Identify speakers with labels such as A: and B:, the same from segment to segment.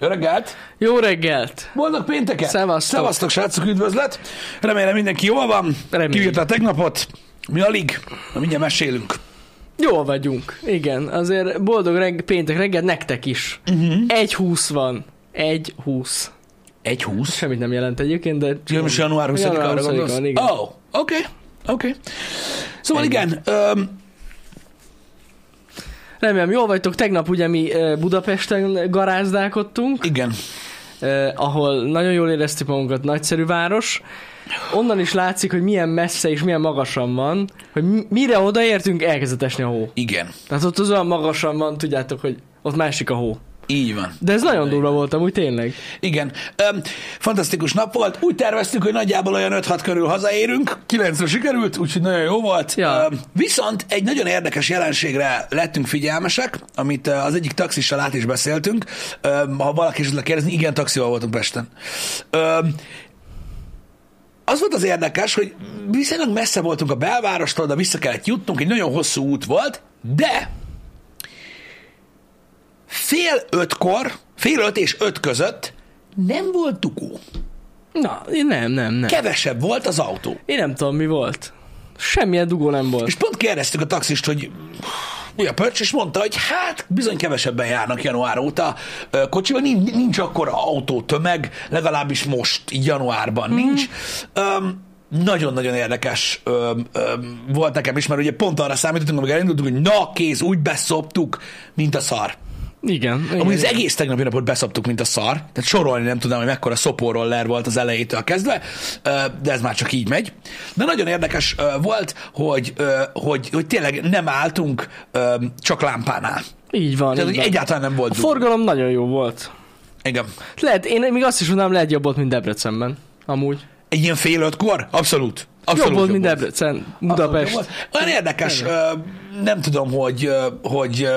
A: Jó reggelt!
B: Jó reggelt!
A: Boldog pénteket!
B: Szevasztok.
A: Szevasztok, srácok, üdvözlet! Remélem mindenki jól van.
B: Reméljük.
A: Kibírta a tegnapot. Mi alig. Na, mindjárt mesélünk.
B: Jól vagyunk. Igen, azért boldog reg- péntek reggel nektek is. Uh-huh. 1.20 van. 1.20.
A: 1.20.
B: Semmit nem jelent egyébként, de...
A: Jön is január 20
B: Január
A: arra gondolsz?
B: 20-án,
A: Ó,
B: igen.
A: oh, oké, okay, oké. Okay. Szóval igen, öm,
B: Remélem, jól vagytok. Tegnap ugye mi ö, Budapesten garázdálkodtunk,
A: igen.
B: ö, ahol nagyon jól éreztük magunkat, nagyszerű város. Onnan is látszik, hogy milyen messze és milyen magasan van, hogy mi- mire odaértünk, elkezdett esni a hó.
A: Igen.
B: Tehát ott az olyan magasan van, tudjátok, hogy ott másik a hó.
A: Így van.
B: De ez nagyon durva volt amúgy tényleg.
A: Igen. Öm, fantasztikus nap volt. Úgy terveztük, hogy nagyjából olyan 5-6 körül hazaérünk. 9-re sikerült, úgyhogy nagyon jó volt.
B: Ja.
A: Öm, viszont egy nagyon érdekes jelenségre lettünk figyelmesek, amit ö, az egyik taxissal át is beszéltünk. Öm, ha valaki is tudna kérdezni, igen, taxival voltunk Pesten. Öm, az volt az érdekes, hogy viszonylag messze voltunk a belvárostól, de vissza kellett jutnunk, egy nagyon hosszú út volt, de fél ötkor, fél öt és öt között nem volt tukó.
B: Na, én nem, nem, nem.
A: Kevesebb volt az autó.
B: Én nem tudom, mi volt. Semmilyen dugó nem volt.
A: És pont kérdeztük a taxist, hogy mi a pörcs, és mondta, hogy hát bizony kevesebben járnak január óta ö, kocsival, nincs, nincs akkora autótömeg, legalábbis most, így januárban nincs. Öm, nagyon-nagyon érdekes öm, öm, volt nekem is, mert ugye pont arra számítottunk, amikor elindultunk, hogy na kész, úgy beszoptuk, mint a szar.
B: Igen. igen.
A: Amúgy az egész tegnapi napot beszoptuk, mint a szar. Tehát sorolni nem tudnám, hogy mekkora szopóroller volt az elejétől kezdve, ö, de ez már csak így megy. De nagyon érdekes ö, volt, hogy, ö, hogy, hogy tényleg nem álltunk ö, csak lámpánál.
B: Így van.
A: Tehát,
B: így
A: hogy
B: van.
A: egyáltalán nem
B: A
A: volt for...
B: forgalom nagyon jó volt.
A: Igen.
B: Lehet, én még azt is mondanám, lehet jobb volt, mint Debrecenben. Amúgy.
A: Egy ilyen fél ötkor? Abszolút. Abszolút
B: jobb volt, mint
A: volt.
B: Debrecen,
A: Abszolút
B: Budapest.
A: jobb volt. Olyan érdekes, ö, nem tudom, hogy, ö, hogy, ö,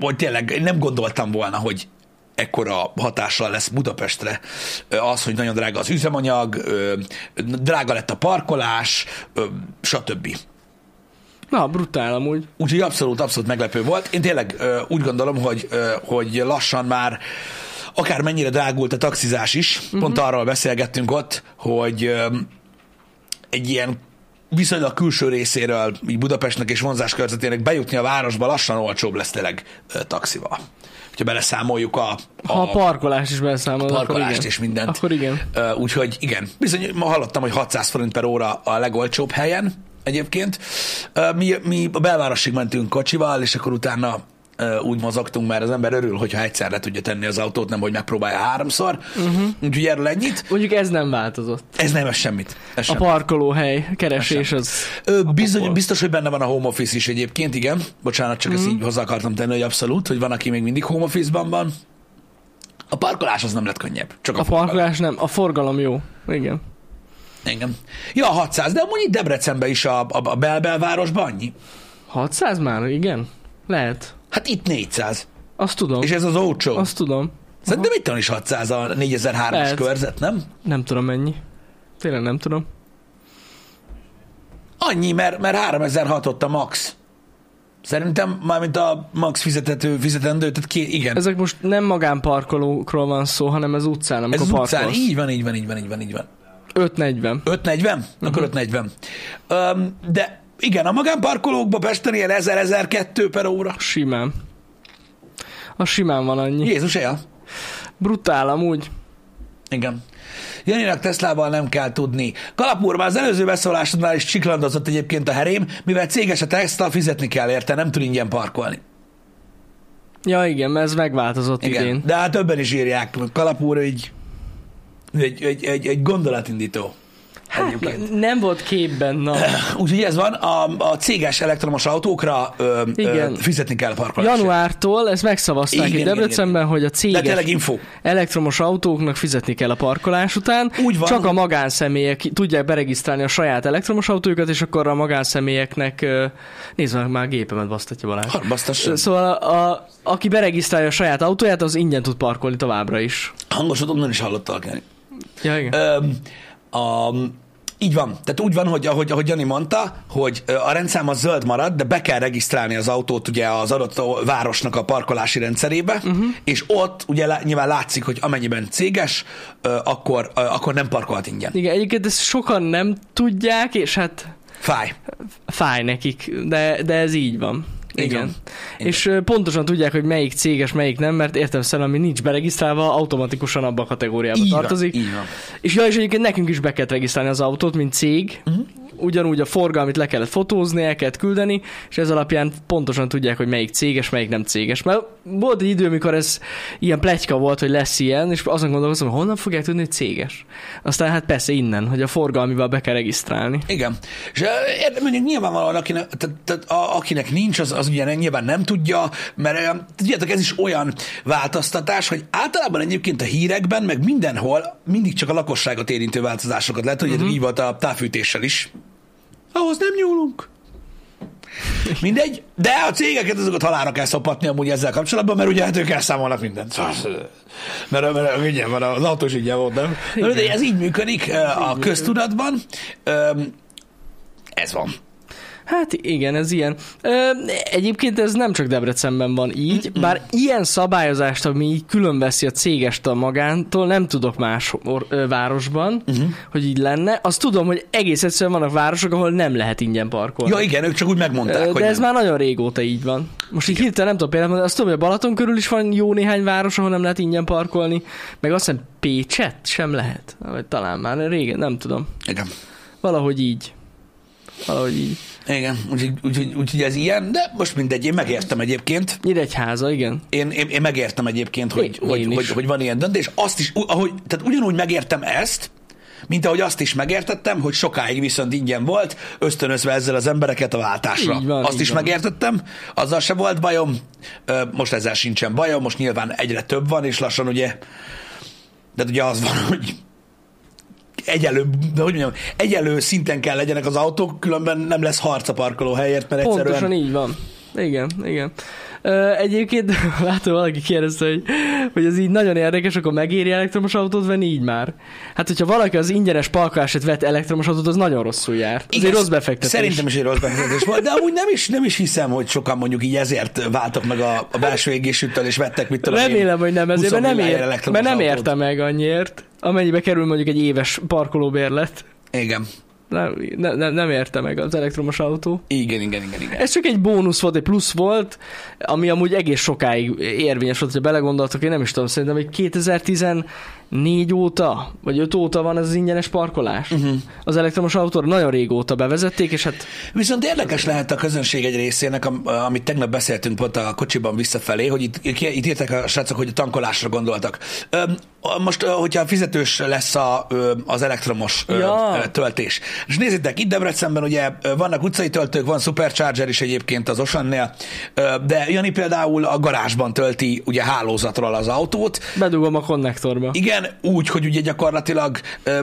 A: hogy tényleg nem gondoltam volna, hogy ekkora hatással lesz Budapestre ö, az, hogy nagyon drága az üzemanyag, ö, drága lett a parkolás, ö, stb.
B: Na, brutál amúgy.
A: Úgyhogy abszolút, abszolút meglepő volt. Én tényleg ö, úgy gondolom, hogy, ö, hogy lassan már akár mennyire drágult a taxizás is, uh-huh. pont arról beszélgettünk ott, hogy ö, egy ilyen viszonylag külső részéről, így Budapestnek és vonzás körzetének bejutni a városba lassan olcsóbb lesz tényleg ö, taxival. Ha beleszámoljuk a, a,
B: Ha a parkolást is beszámolod,
A: parkolást
B: akkor igen.
A: és mindent.
B: Akkor igen.
A: Ö, Úgyhogy igen, bizony ma hallottam, hogy 600 forint per óra a legolcsóbb helyen egyébként. Ö, Mi, mi a belvárosig mentünk kocsival, és akkor utána ö, úgy mozogtunk, mert az ember örül, hogyha egyszer le tudja tenni az autót, nem hogy megpróbálja háromszor.
B: Mhm.
A: Uh-huh. Úgyhogy erről ennyit.
B: Mondjuk ez nem változott.
A: Ez nem ez semmit. Ez
B: A
A: sem.
B: parkolóhely keresés az...
A: Ö, bizony, biztos, hogy benne van a home office is egyébként, igen. Bocsánat, csak
B: Mhm.
A: ezt így hozzá akartam tenni, hogy abszolút, hogy van, aki még mindig home office-ban van. A parkolás az nem lett könnyebb. Csak a,
B: A parkolás nem, a forgalom jó. Igen.
A: Engem. Ja, 600, de amúgy itt Debrecenben is a, a, a belbelvárosban annyi.
B: 600 már? Igen? Lehet.
A: Hát itt 400,
B: Azt tudom.
A: és ez az olcsó. Azt...
B: Azt tudom.
A: Szerintem itt van is 600 a 4003-as
B: Lehet.
A: körzet, nem?
B: Nem tudom mennyi. Tényleg nem tudom.
A: Annyi, mert, mert 3006 ott a max. Szerintem mármint a max fizetető, fizetendő, tehát ki, igen. Ez,
B: Ezek most nem magánparkolókról van szó, hanem az utcán,
A: ez
B: amikor
A: az
B: parkolsz.
A: utcán, így van, így van, így van, így van, így van.
B: 540.
A: 540? Akkor 540. Öm, de igen, a magánparkolókba Pesten ilyen 1000-1002 per óra.
B: Simán. A simán van annyi.
A: Jézus, ja.
B: Brutál amúgy.
A: Igen. Janinak Teslával nem kell tudni. Kalapúr már az előző beszólásodnál is csiklandozott egyébként a herém, mivel céges a Tesla, fizetni kell érte, nem tud ingyen parkolni.
B: Ja igen, mert ez megváltozott
A: Igen.
B: idén.
A: De hát többen is írják. Kalapúr egy, egy, egy, egy, egy gondolatindító.
B: Hát, n- nem volt képben, na.
A: Úgyhogy ez van, a, a céges elektromos autókra ö, Ö,
B: Igen.
A: fizetni kell parkolásért.
B: Januártól ezt megszavazták
A: Igen,
B: itt
A: igen,
B: Debrecenben, hogy a
A: De
B: céges
A: tényleg info.
B: elektromos autóknak fizetni kell a parkolás után.
A: Úgy van.
B: Csak a magánszemélyek tudják beregisztrálni a saját elektromos autójukat, és akkor a magánszemélyeknek... ö, Nézd meg már a gépemet, basztatja Balázs.
A: Hát, basztasson.
B: Szóval a, a, aki beregisztrálja a saját autóját, az ingyen tud parkolni továbbra is.
A: Hangosodom, nem is hallottalak.
B: Ja, igen.
A: Öm, a, Így van. Tehát úgy van, hogy ahogy, ahogy Jani mondta, hogy ö, a rendszám az zöld marad, de be kell regisztrálni az autót ugye az adott városnak a parkolási rendszerébe, uh-huh. és ott ugye lá- nyilván látszik, hogy amennyiben céges, ö, akkor, ö, akkor nem parkolhat ingyen.
B: Igen, egyébként ezt sokan nem tudják, és hát
A: Fáj.
B: fáj nekik, de, de ez így van.
A: Így
B: Igen.
A: van. Így
B: És ö, pontosan tudják, hogy melyik céges, melyik nem, mert értem szerint, ami nincs beregisztrálva, automatikusan abba a kategóriába
A: Így van,
B: tartozik.
A: így van.
B: És ja, és egyébként nekünk is be kellett regisztrálni az autót, mint cég. Uh-huh. Ugyanúgy a forgalmit le kellett fotózni, el kellett küldeni, és ez alapján pontosan tudják, hogy melyik céges, melyik nem céges. Mert volt egy idő, mikor ez ilyen pletyka volt, hogy lesz ilyen, és azon gondolkoztam, hogy honnan fogják tudni, hogy céges. Aztán hát persze innen, hogy a forgalmival be kell regisztrálni.
A: Igen. És eh, érde- mondjuk nyilvánvalóan, akinek, tehát, tehát, a, akinek nincs, az, az ugye nyilván nem tudja, mert eh, tudjátok, ez is olyan változtatás, hogy általában egyébként a hírekben, meg mindenhol mindig csak a lakosságot érintő változásokat lehet, hogy uh-huh. így volt a távfűtéssel is. Ahhoz nem nyúlunk. Mindegy, de a cégeket azokat halára kell szopatni amúgy ezzel kapcsolatban, mert ugye hát ők elszámolnak mindent. Szóval, Mert, mert ingyen van, az autós ingyen volt, nem? Na, mindegy, ez így működik eh, a köztudatban. Öm, Ez van.
B: Hát igen, ez ilyen. Ö, egyébként ez nem csak Debrecenben van így, bár ilyen szabályozást, ami így különveszi a cégest a magántól, nem tudok más or- ö, városban,
A: Mm-hmm.
B: hogy így lenne. Azt tudom, hogy egész egyszerűen vannak városok, ahol nem lehet ingyen parkolni.
A: Ja, igen, ők csak úgy megmondták,
B: Ö,
A: hogy
B: De ez
A: nem.
B: már nagyon régóta így van. Most így hirtelen nem tudom például, azt tudom, hogy a Balaton körül is van jó néhány város, ahol nem lehet ingyen parkolni, meg azt hiszem Pécset sem lehet. Vagy talán már régen, nem tudom.
A: Igen.
B: Valahogy így. Valahogy így.
A: Igen, úgyhogy úgy, úgy, úgy, ez ilyen, de most mindegy, én megértem egyébként.
B: Nyíregyháza, igen.
A: Én, én, én megértem egyébként, hogy,
B: Én-
A: hogy,
B: én is.
A: hogy, hogy, van ilyen döntés. Azt is, ú- ahogy, tehát ugyanúgy megértem ezt, mint ahogy azt is megértettem, hogy sokáig viszont ingyen volt, ösztönözve ezzel az embereket a váltásra.
B: Így van,
A: azt
B: így
A: is
B: van.
A: megértettem, azzal se volt bajom, Ö, most ezzel sincsen bajom, most nyilván egyre több van, és lassan ugye, de ugye az van, hogy egyelő, de hogy mondjam, egyelő szinten kell legyenek az autók, különben nem lesz harc a parkolóhelyért, mert egyszerűen...
B: Pontosan így van. Igen, igen. Ö, egyébként látom, valaki kérdezte, hogy, hogy ez így nagyon érdekes, akkor megéri elektromos autót venni így már. Hát, hogyha valaki az ingyenes parkolását vett elektromos autót, az nagyon rosszul jár. Ez egy
A: Igen,
B: rossz befektetés.
A: Szerintem is egy rossz befektetés volt, de amúgy nem is, nem is hiszem, hogy sokan mondjuk így ezért váltak meg a, a belső égésűtől, és vettek mit tudom
B: Remélem,
A: én,
B: hogy nem ezért,
A: 20
B: mert nem,
A: milliárd
B: ér,
A: elektromos
B: mert nem
A: autót.
B: érte meg annyiért, amennyibe kerül mondjuk egy éves parkolóbérlet.
A: Igen.
B: Nem, ne, ne, nem érte meg az elektromos autó.
A: Igen, igen, igen, igen.
B: Ez csak egy bónusz volt, egy plusz volt, ami amúgy egész sokáig érvényes volt, ha belegondoltok, én nem is tudom, szerintem, hogy 2014 óta, vagy 5 óta van ez az ingyenes parkolás. Uh-huh. Az elektromos autóra nagyon régóta bevezették, és hát
A: Viszont érdekes lehet a közönség egy részének, am- amit tegnap beszéltünk pont a kocsiban visszafelé, hogy itt, itt írták a srácok, hogy a tankolásra gondoltak. Öm, a- Most, ö, hogyha fizetős lesz a, ö, az elektromos ö,
B: Ja.
A: ö, töltés. És nézzétek, itt Debrecenben ugye ö, vannak utcai töltők, van Supercharger is egyébként az Osannél, ö, de Jani például a garázsban tölti ugye hálózatról az autót,
B: bedugom a konnektorba.
A: igen, úgy, hogy ugye gyakorlatilag ö,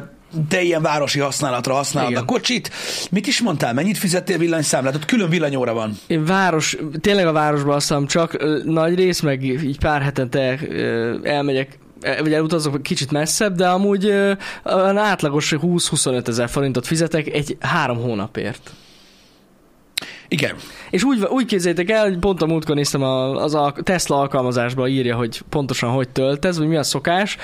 A: te ilyen városi használatra használod
B: Igen.
A: a kocsit. Mit is mondtál, mennyit fizettél villanyszámlát? Ott külön villanyóra van.
B: Én város, tényleg a városban aztán csak ö, nagy rész, meg így pár hetente ö, elmegyek, e- vagy elutazok kicsit messzebb, de amúgy ö, olyan átlagos 20-25 ezer forintot fizetek egy három hónapért.
A: Igen.
B: És úgy, úgy képzeljétek el, hogy pont a múltkor néztem a, az a Tesla alkalmazásba írja, hogy pontosan hogy töltesz, vagy mi a szokás.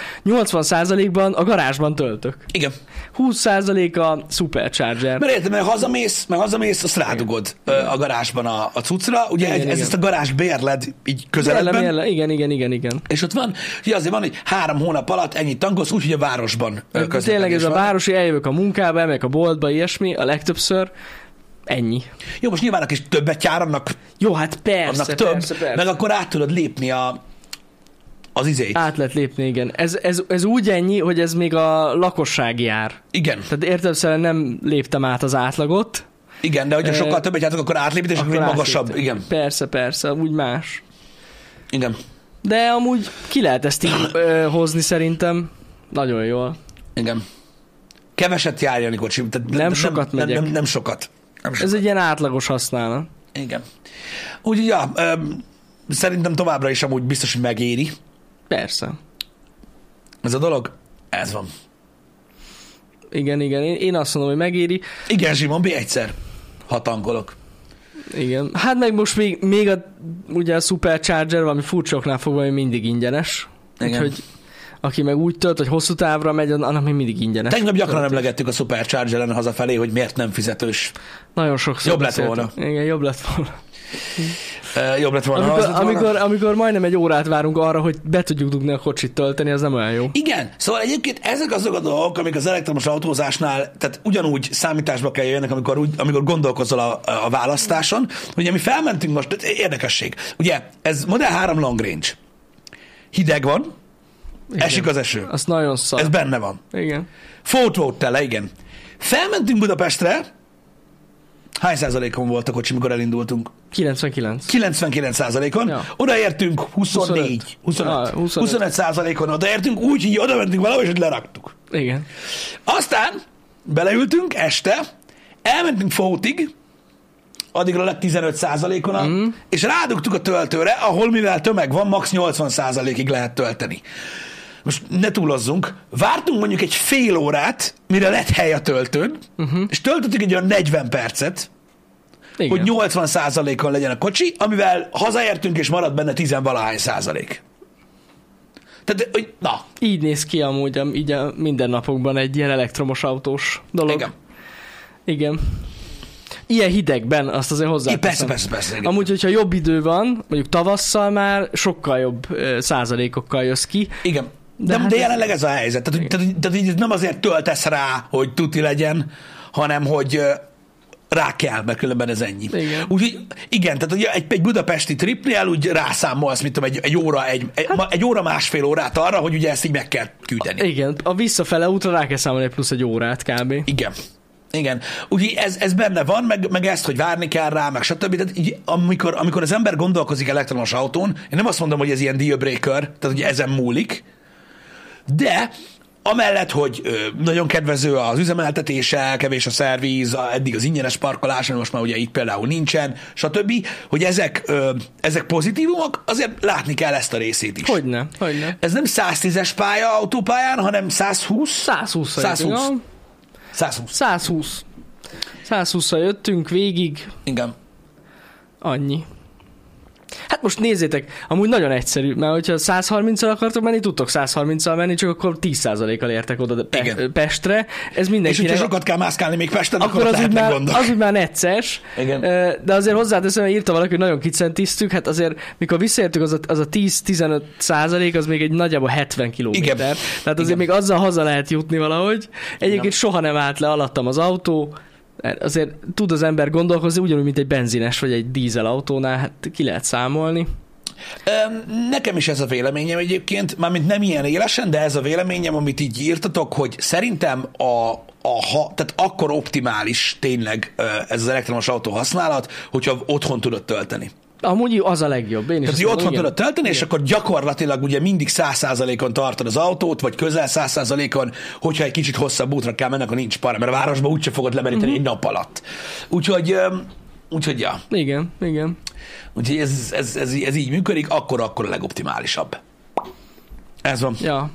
B: 80%-ban a garázsban töltök.
A: Igen.
B: 20% a supercharger.
A: Mert érted, mert hazamész, mert hazamész, azt rádugod ö, a garázsban a, a cuccra. Ugye igen,
B: Igen,
A: ez,
B: igen.
A: igen. ezt a garázs bérled így
B: Jellem,
A: közelebben.
B: jellem, igen, igen, igen, igen.
A: És ott van, ugye azért van, hogy három hónap alatt ennyit tankolsz, úgyhogy a városban ö, közlekedés
B: Tényleg ez a
A: van.
B: városi, eljövök a munkába, elmegyek a boltba, ilyesmi, a legtöbbször. Ennyi.
A: Jó, most nyilván, aki többet jár, annak,
B: Jó, hát persze,
A: annak több,
B: persze, persze.
A: meg akkor át tudod lépni a, az izét.
B: Át lehet lépni, igen. Ez, ez, ez úgy ennyi, hogy ez még a lakosság jár.
A: Igen.
B: Tehát értelemszerűen nem léptem át az átlagot,
A: Igen, de hogyha
B: Ö,
A: sokkal többet játok, akkor átlépít, és akkor még
B: átlépte.
A: magasabb. Igen,
B: Persze, persze, úgy más.
A: igen,
B: De amúgy ki lehet ezt így ö, hozni szerintem. Nagyon jól.
A: igen. Keveset járjani kocsi. Tehát
B: Nem sokat
A: nem,
B: megyek.
A: nem, nem, sokat. Nem sokat.
B: Ez egy ilyen átlagos használat.
A: Igen. Úgyhogy, ja, öm, szerintem továbbra is amúgy biztos, hogy megéri
B: Persze.
A: ez a dolog. Ez van.
B: igen, igen. Én, én azt mondom, hogy megéri.
A: Igen, Simon B. egyszer. Ha tankolok.
B: Igen. Hát meg most még, még a, ugye a Supercharger valami furcsoknál fogva, hogy mindig ingyenes.
A: Igen.
B: Úgyhogy aki meg úgy tölt, hogy hosszú távra megy, annak még mindig ingyenes.
A: Tegnap gyakran emlegettük a Supercharger-en hazafelé, hogy miért nem fizetős.
B: Nagyon sokszor
A: Jobb lett
B: beszéltünk. Igen, jobb lett volna.
A: Ö, Jobb lett volna. ha az
B: Amikor,
A: lett volna.
B: amikor, amikor majdnem egy órát várunk arra, hogy be tudjuk dugni a kocsit tölteni, az nem olyan jó.
A: Igen, szóval egyébként ezek azok a dolgok, amik az elektromos autózásnál, tehát ugyanúgy számításba kell jöjjenek, amikor, úgy, amikor gondolkozol a, a választáson. Ugye mi felmentünk most, tehát érdekesség. Ugye ez Model 3 long range. Hideg van,
B: Igen.
A: esik az eső.
B: Az nagyon szar.
A: Ez benne van.
B: Igen.
A: Fotót tele, igen. Felmentünk Budapestre, hány százalékon volt a kocsi, mikor elindultunk?
B: 99.
A: 99 százalékon,
B: Ja.
A: odaértünk 24, 25,
B: Ah,
A: 25,
B: 25.
A: 25 százalékon, odaértünk úgy, így oda mentünk valahogy, és leraktuk.
B: Igen.
A: Aztán beleültünk este, elmentünk Fótig, addigra lett 15 százalékon, mm. és rádugtuk a töltőre, ahol mivel tömeg van, max 80 százalékig lehet tölteni. Most ne túlozzunk, vártunk mondjuk egy fél órát, mire lett hely a töltőn, uh-huh. és töltöttük egy olyan 40 percet,
B: Igen.
A: hogy 80 százalékon legyen a kocsi, amivel hazaértünk, és maradt benne 10 valahány százalék. Tehát, hogy na,
B: Így néz ki amúgy a, így a mindennapokban egy ilyen elektromos autós dolog.
A: igen.
B: Igen. Ilyen hidegben, azt azért
A: Persze,
B: hozzáteszem.
A: persze, persze. persze igen.
B: Amúgy, hogyha jobb idő van, mondjuk tavasszal már sokkal jobb ö, százalékokkal jössz ki.
A: Igen. De, de,
B: hát
A: de
B: ez-
A: jelenleg ez a helyzet. Tehát, tehát, tehát, tehát így nem azért töltesz rá, hogy tuti legyen, hanem hogy ö, rá kell, mert különben ez ennyi.
B: Igen.
A: Úgyhogy igen, tehát ugye egy, egy budapesti tripnél úgy rászámolsz, mit tudom, egy, egy óra, egy, egy,
B: Hát-
A: ma- egy óra, másfél órát arra, hogy ugye ezt így meg kell küldeni.
B: Igen, a visszafele útra rá kell számolni egy plusz egy órát kb.
A: Igen. Igen. Úgyhogy ez, ez benne van, meg, meg ezt, hogy várni kell rá, meg stb. Tehát így, amikor, amikor az ember gondolkozik elektromos autón, én nem azt mondom, hogy ez ilyen dealbreaker, tehát hogy ezen múlik, de amellett, hogy ö, nagyon kedvező az üzemeltetése, kevés a szerviz, a- eddig az ingyenes parkolás, ami most már ugye itt például nincsen, stb., hogy ezek, ö, ezek pozitívumok, azért látni kell ezt a részét is.
B: Hogyne, hogyne.
A: Ez nem 110-es pálya autópályán, hanem 120?
B: 120
A: 120.
B: 120.
A: 120,
B: 120. 120 jöttünk végig,
A: igen.
B: annyi. Hát most nézzétek, amúgy nagyon egyszerű, mert hogyha 130-al akartok menni, tudtok 130-al menni, csak akkor 10%-kal értek oda Pe-
A: Igen.
B: Pestre. Ez
A: És
B: mindenkinek...
A: hogyha sokat kell mászkálni még Pesten, akkor,
B: akkor
A: akkor
B: az úgy,
A: lehetnek
B: már,
A: gondok.
B: az úgy már necces.
A: Igen.
B: Ö, De azért hozzáteszem, hogy írta valaki, hogy nagyon kicentisztük, hát azért mikor visszaértük, az a, az a 10-15 százalék, az még egy nagyjából 70 kilométer.
A: Igen.
B: Tehát azért
A: Igen.
B: még azzal haza lehet jutni valahogy. Egyébként
A: Igen.
B: soha nem állt le alattam az autó, azért tud az ember gondolkozni, ugyanúgy, mint egy benzines vagy egy dízel autónál, hát ki lehet számolni.
A: Öm, Nekem is ez a véleményem egyébként, mármint nem ilyen élesen, de ez a véleményem, amit így írtatok, hogy szerintem a, a ha, tehát akkor optimális tényleg ö, ez az elektromos autó használat, hogyha otthon tudod tölteni.
B: Amúgy az a legjobb. Én is
A: Tehát,
B: azt
A: hogy
B: mondom,
A: otthon
B: igen.
A: tudod tölteni, és akkor gyakorlatilag ugye mindig 100%-on tartod az autót, vagy közel 100%-on, hogyha egy kicsit hosszabb útra kell menni, akkor nincs para, mert a városba úgyse fogod lemeríteni
B: Mhm.
A: uh-huh. egy nap alatt. Úgyhogy, öm, úgyhogy ja.
B: Igen, igen.
A: Úgyhogy ez, ez, ez, ez így működik, akkor akkor a legoptimálisabb. Ez van.
B: Ja.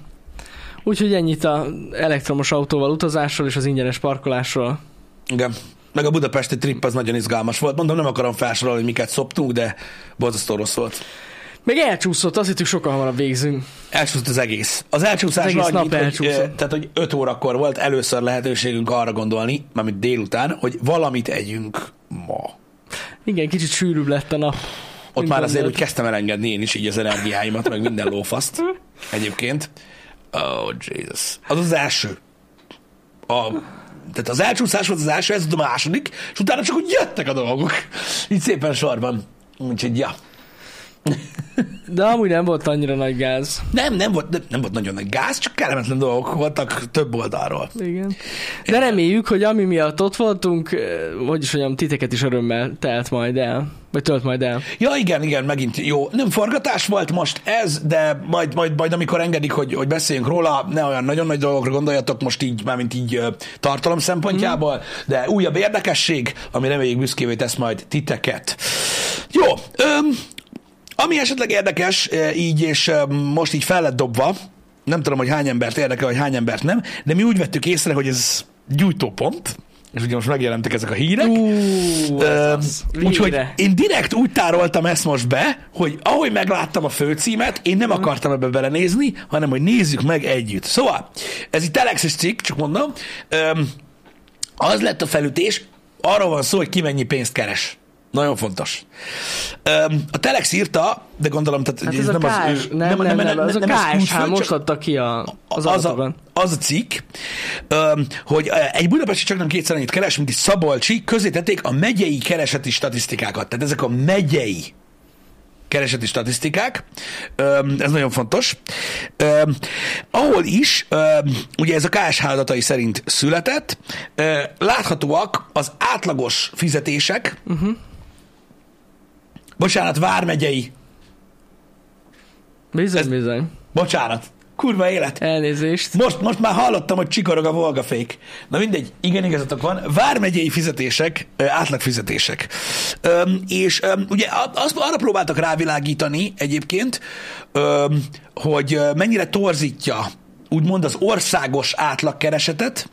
B: Úgyhogy ennyit a elektromos autóval utazásról és az ingyenes parkolásról.
A: Igen. Meg a budapesti trip az nagyon izgalmas volt. Mondom, nem akarom felsorolni, hogy miket szoptunk, de borzasztó rossz volt.
B: Még elcsúszott, azt hittük sokkal hamarabb végzünk.
A: Elcsúszott az egész. Az elcsúszás
B: Az egész
A: annyit,
B: nap
A: hogy,
B: elcsúszott.
A: ö, tehát, hogy 5 órakor volt először lehetőségünk arra gondolni, mármint délután, hogy valamit együnk ma.
B: Igen, kicsit sűrűbb lett a nap.
A: Ott
B: Mint
A: már azért
B: gondolt.
A: úgy kezdtem elengedni én is így az energiáimat, meg minden lófaszt egyébként. Oh, Jesus. Az az első. A, tehát az elcsúszás volt az első, ez volt a második, és utána csak úgy jöttek a dolgok. Így szépen sorban. Úgyhogy, ja.
B: De amúgy nem volt annyira nagy gáz.
A: Nem, nem volt, nem, nem volt nagyon nagy gáz, csak kellemetlen dolgok voltak több oldalról.
B: Igen. De reméljük, hogy ami miatt ott voltunk, eh, hogy is mondjam, titeket is örömmel telt majd el. Vagy tölt majd el.
A: Ja, igen, igen, megint jó. Nem forgatás volt most ez, de majd, majd, majd amikor engedik, hogy, hogy beszéljünk róla, ne olyan nagyon nagy dolgokra gondoljatok most így, mármint így ö, tartalom szempontjából,
B: Mhm.
A: mm. de újabb érdekesség, ami reméljük büszkévé tesz majd titeket. Jó, öm, ami esetleg érdekes, ö, így és ö, most így fel lett dobva, nem tudom, hogy hány embert érdekel, vagy hány embert nem, de mi úgy vettük észre, hogy ez gyújtópont, és ugye most megjelentek ezek a hírek.
B: Ú, ez
A: Ö,
B: az.
A: Úgyhogy
B: Végre.
A: én direkt úgy tároltam ezt most be, hogy ahogy megláttam a főcímet, én
B: Mhm.
A: nem akartam ebbe belenézni, hanem hogy nézzük meg együtt. Szóval, ez itt Alexis cikk, csak mondom, öm, az lett a felütés, arról van szó, hogy ki mennyi pénzt keres. Nagyon fontos. Öm, a Telex írta, de gondolom, tehát
B: Hát ez, ez
A: nem
B: a
A: az
B: KS,
A: ő-
B: nem, nem, nem, nem, az a
A: ez
B: KSH
A: külföld,
B: most
A: csak-
B: adta ki a,
A: az,
B: az, adatokon.
A: a, az a cikk, öm, hogy ö, egy budapesti csak nem kétszer annyit keres, mint egy szabolcsi, közé tették a megyei kereseti statisztikákat. Tehát ezek a megyei kereseti statisztikák, öm, ez nagyon fontos. Öm, Ahol is, öm, ugye ez a KSH adatai szerint született, ö, láthatóak az átlagos fizetések, uh-huh. bocsánat, vármegyei,
B: Bizony,
A: ez-
B: bizony.
A: bocsánat, kurva élet,
B: Elnézést.
A: Most, most már hallottam, hogy csikorog a volgafék. Na mindegy, igen, igazatok van. Vármegyei fizetések, ö, átlagfizetések. Öm, és öm, ugye a- azt arra próbáltak rávilágítani egyébként, öm, hogy ö, mennyire torzítja úgymond az országos átlagkeresetet,